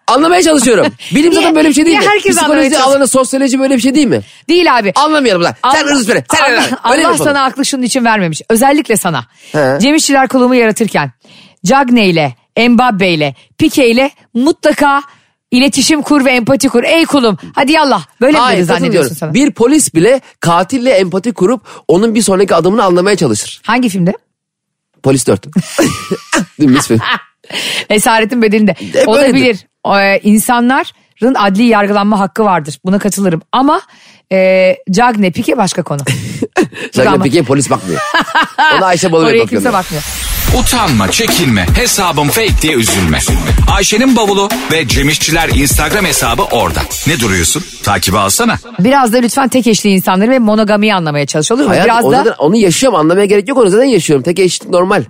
S3: Anlamaya çalışıyorum. Bilim
S2: Niye-
S3: zaten böyle bir şey değil
S2: niye
S3: mi?
S2: herkes anlamaya
S3: Psikoloji
S2: çalışıyor?
S3: alanı, sosyoloji böyle bir şey değil mi?
S2: Değil abi.
S3: Anlamayalım lan. Sen
S2: Allah-
S3: hırsız böyle. Sen
S2: Allah,
S3: öyle-
S2: Allah
S3: öyle yapalım.
S2: sana aklı şunun için vermemiş. Özellikle sana.
S3: He.
S2: Cem İşçiler kulumu yaratırken Cagne ile Mbappe ile Pique ile mutlaka iletişim kur ve empati kur. Ey kulum hadi yallah. Böyle mi dedi
S3: Hayır
S2: zannediyorsun
S3: katılıyorum.
S2: sana?
S3: Bir polis bile katille empati kurup onun bir sonraki adımını anlamaya çalışır.
S2: Hangi filmde?
S3: Polis 4. Dümdüz film.
S2: Esaretin bedelinde.
S3: böyledir.
S2: Olabilir. Ee, insanların adli yargılanma hakkı vardır. Buna katılırım. Ama e, Cagne Pique başka konu.
S3: Zaten
S2: Ama-
S3: Pike'ye polis bakmıyor. Ona Ayşe Balıbey
S2: Oraya kimse
S3: bakıyor.
S2: bakmıyor.
S4: Utanma, çekinme, hesabım fake diye üzülme. Ayşe'nin bavulu ve Cemişçiler Instagram hesabı orada. Ne duruyorsun? Takibi alsana.
S2: Biraz da lütfen tek eşli insanları ve monogamiyi anlamaya çalış olur mu?
S3: Hayat,
S2: Biraz
S3: o
S2: da
S3: zaten- onu yaşıyorum anlamaya gerek yok onu zaten yaşıyorum. Tek eşitlik normal.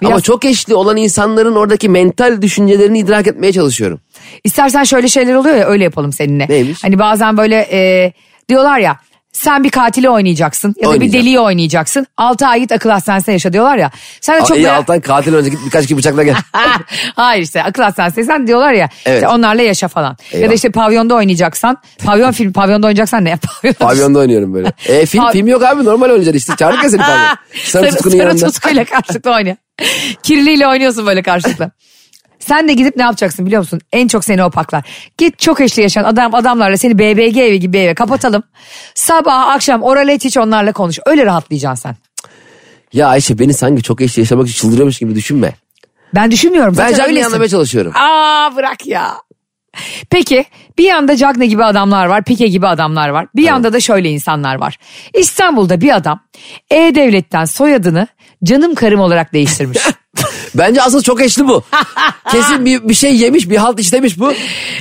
S3: Ama
S2: Biraz-
S3: çok eşli olan insanların oradaki mental düşüncelerini idrak etmeye çalışıyorum.
S2: İstersen şöyle şeyler oluyor ya öyle yapalım seninle.
S3: Neymiş?
S2: Hani bazen böyle e, diyorlar ya sen bir katili oynayacaksın ya da bir
S3: Oynayacağım.
S2: deliği oynayacaksın. 6 ay git akıl hastanesinde yaşa diyorlar ya. Sen de çok
S3: Çok iyi
S2: merak-
S3: Altan katil önce git birkaç kişi bıçakla gel.
S2: Hayır işte akıl hastanesinde sen diyorlar ya
S3: Evet.
S2: işte onlarla yaşa falan. Ya da
S3: Eyvallah.
S2: işte pavyonda oynayacaksan pavyon film pavyonda oynayacaksan ne? Pavyon,
S3: Pavyonda oynuyorum böyle. E film,
S2: Pav-
S3: film yok abi normal oynayacaksın işte. Çağırdık ya seni pavyon. Sarı tutkunun
S2: sarı
S3: yanında.
S2: tutkuyla karşılıklı oynuyor. Kirliyle oynuyorsun böyle karşılıklı. Sen de gidip ne yapacaksın biliyor musun? En çok seni opaklar. Git çok eşli yaşayan adam, adamlarla seni BBG evi gibi bir eve kapatalım. Sabah akşam oral et hiç onlarla konuş. Öyle rahatlayacaksın sen.
S3: Ya Ayşe beni sanki çok eşli yaşamak için çıldırıyormuş gibi düşünme.
S2: Ben düşünmüyorum.
S3: Ben
S2: Zaten
S3: canlı
S2: öylesin.
S3: anlamaya çalışıyorum.
S2: Aa bırak ya. Peki bir yanda Cagne gibi adamlar var, Pike gibi adamlar var. Bir yanda da şöyle insanlar var. İstanbul'da bir adam E-Devlet'ten soyadını canım karım olarak değiştirmiş.
S3: Bence asıl çok eşli bu. Kesin bir, bir şey yemiş, bir halt işlemiş bu.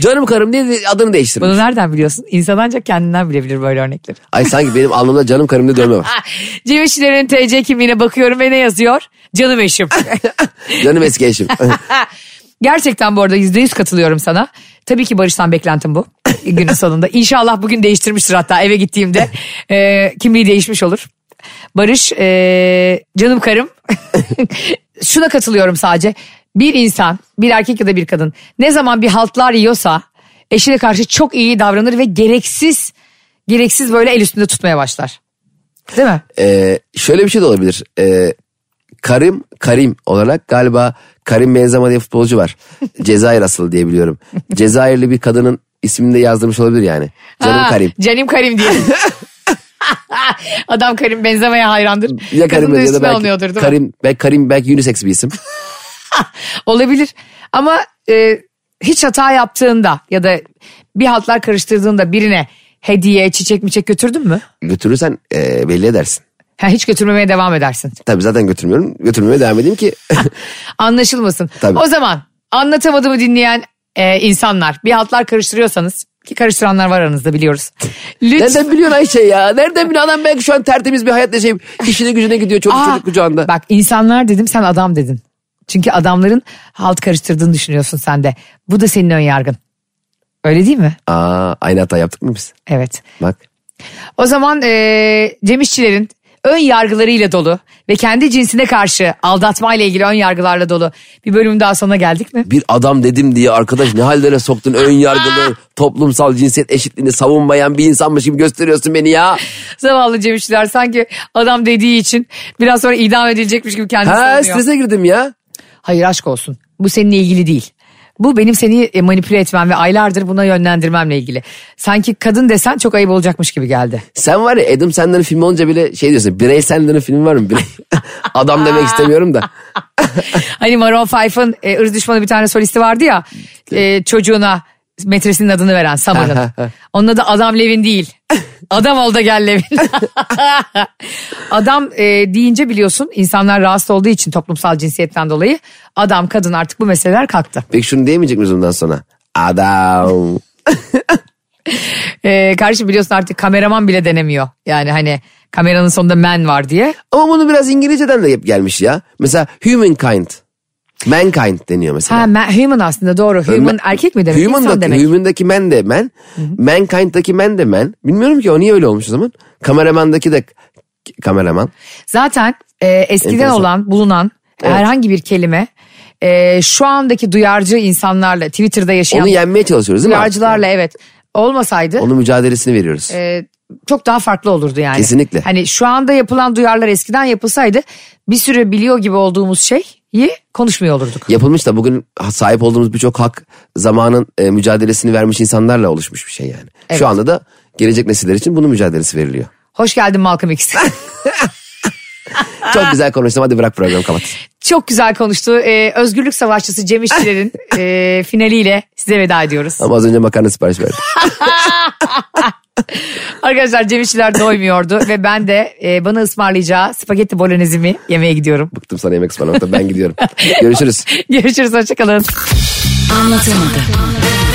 S3: Canım karım diye de- adını değiştirmiş.
S2: Bunu nereden biliyorsun? İnsan ancak kendinden bilebilir böyle örnekleri. Ah,
S3: Ay sanki benim alnımda canım karım diye dövme var.
S2: Cem İşçilerin TC kimliğine bakıyorum ve ne yazıyor? Canım eşim.
S3: Canım eski eşim.
S2: Gerçekten bu arada yüzde yüz katılıyorum sana. Tabii ki Barış'tan beklentim bu günün sonunda. İnşallah bugün değiştirmiştir hatta eve gittiğimde e, kimliği değişmiş olur. Barış, e, canım karım. Şuna katılıyorum sadece. Bir insan, bir erkek ya da bir kadın ne zaman bir haltlar yiyorsa eşine karşı çok iyi davranır ve gereksiz gereksiz böyle el üstünde tutmaya başlar. Değil mi?
S3: Ee, şöyle bir şey de olabilir. Ee, Karim, Karim olarak galiba Karim Benzema diye futbolcu var. Cezayir asıllı diye biliyorum. Cezayirli bir kadının ismini de yazdırmış olabilir yani. Canım
S2: Ha,
S3: Karim.
S2: Canim Karim diye. Adam Karim benzemeye hayrandır.
S3: Ya Karim
S2: Kadın da
S3: ya
S2: üstüne
S3: da belki
S2: alınıyordur değil mi?
S3: Karim, belki Karim belki unisex bir isim.
S2: Olabilir ama e, hiç hata yaptığında ya da bir haltlar karıştırdığında birine hediye, çiçek mi çek götürdün mü?
S3: Götürürsen ee, belli edersin.
S2: Ha, hiç götürmemeye devam edersin.
S3: Tabii zaten götürmüyorum. Götürmemeye devam edeyim ki
S2: Anlaşılmasın.
S3: Tabii.
S2: O zaman anlatamadığımı dinleyen e, insanlar bir haltlar karıştırıyorsanız ki karıştıranlar var aranızda biliyoruz. Lütfen.
S3: Nereden biliyorsun Ayşe ya? Nereden biliyorsun? Adam belki şu an tertemiz bir hayat yaşayıp işine gücüne gidiyor çocuk
S2: Aa,
S3: çocuk kucağında.
S2: Bak insanlar dedim sen adam dedin. Çünkü adamların halt karıştırdığını düşünüyorsun sen de. Bu da senin ön yargın. Öyle değil mi?
S3: Aa, aynı hata yaptık mı biz?
S2: Evet.
S3: Bak.
S2: O zaman eee Cem İşçilerin ön yargılarıyla dolu ve kendi cinsine karşı aldatmayla ilgili ön yargılarla dolu bir bölüm daha sonuna geldik mi?
S3: Bir adam dedim diye arkadaş ne hallere soktun ön yargılı toplumsal cinsiyet eşitliğini savunmayan bir insanmış gibi gösteriyorsun beni ya.
S2: Zavallı Cem İşçiler sanki adam dediği için biraz sonra idam edilecekmiş gibi kendini
S3: Ha
S2: savunuyor.
S3: strese girdim ya.
S2: Hayır aşk olsun. Bu seninle ilgili değil. Bu benim seni e, manipüle etmem ve aylardır buna yönlendirmemle ilgili. Sanki kadın desen çok ayıp olacakmış gibi geldi.
S3: Sen var ya Adam Sandler'ın filmi olunca bile şey diyorsun birey Sandler'ın filmi var mı? Birey. adam demek istemiyorum da.
S2: Hani Maroon 5'ın e, ırz düşmanı bir tane solisti vardı ya. e, çocuğuna metresinin adını veren Samar'ın. Onun adı Adam Levin değil. Adam ol da gel Levin. adam e, deyince biliyorsun insanlar rahatsız olduğu için toplumsal cinsiyetten dolayı adam kadın artık bu meseleler kalktı.
S3: Peki şunu diyemeyecek miyiz bundan sonra? Adam.
S2: E, karşı biliyorsun artık kameraman bile denemiyor. Yani hani kameranın sonunda men var diye.
S3: Ama bunu biraz İngilizceden de hep gelmiş ya. Mesela humankind. Mankind deniyor mesela.
S2: Ha, ma- human aslında doğru. Human
S3: Ma-
S2: erkek mi demek?
S3: Human'daki,
S2: İnsan demek.
S3: Human'daki men de men. Mankind'daki men de men. Bilmiyorum ki o niye öyle olmuş o zaman. Kameraman'daki de k- kameraman.
S2: Zaten e, eskiden
S3: Enteresan.
S2: olan bulunan
S3: Evet.
S2: herhangi bir kelime e, şu andaki duyarcı insanlarla Twitter'da yaşayan
S3: Onu yenmeye çalışıyoruz değil mi?
S2: duyarcılarla evet olmasaydı
S3: Onun mücadelesini veriyoruz.
S2: e, çok daha farklı olurdu yani.
S3: Kesinlikle.
S2: Hani şu anda yapılan duyarlar eskiden yapılsaydı bir süre biliyor gibi olduğumuz şeyi konuşmuyor olurduk.
S3: Yapılmış da bugün sahip olduğumuz birçok hak zamanın e, mücadelesini vermiş insanlarla oluşmuş bir şey yani.
S2: Evet.
S3: Şu anda da gelecek nesiller için bunun mücadelesi veriliyor.
S2: Hoş geldin Malcolm X.
S3: Çok güzel konuştum hadi bırak programı kapat.
S2: çok güzel konuştu. E, Özgürlük Savaşçısı Cem İşçilerin e, finaliyle size veda ediyoruz.
S3: Ama az önce makarna sipariş verdim.
S2: Arkadaşlar Cem İşçiler doymuyordu ve ben de e, bana ısmarlayacağı spagetti bolognezimi yemeye gidiyorum.
S3: Bıktım sana yemek ısmarlamaktan ben gidiyorum. Görüşürüz.
S2: Görüşürüz hoşçakalın.
S5: Anlatamadım.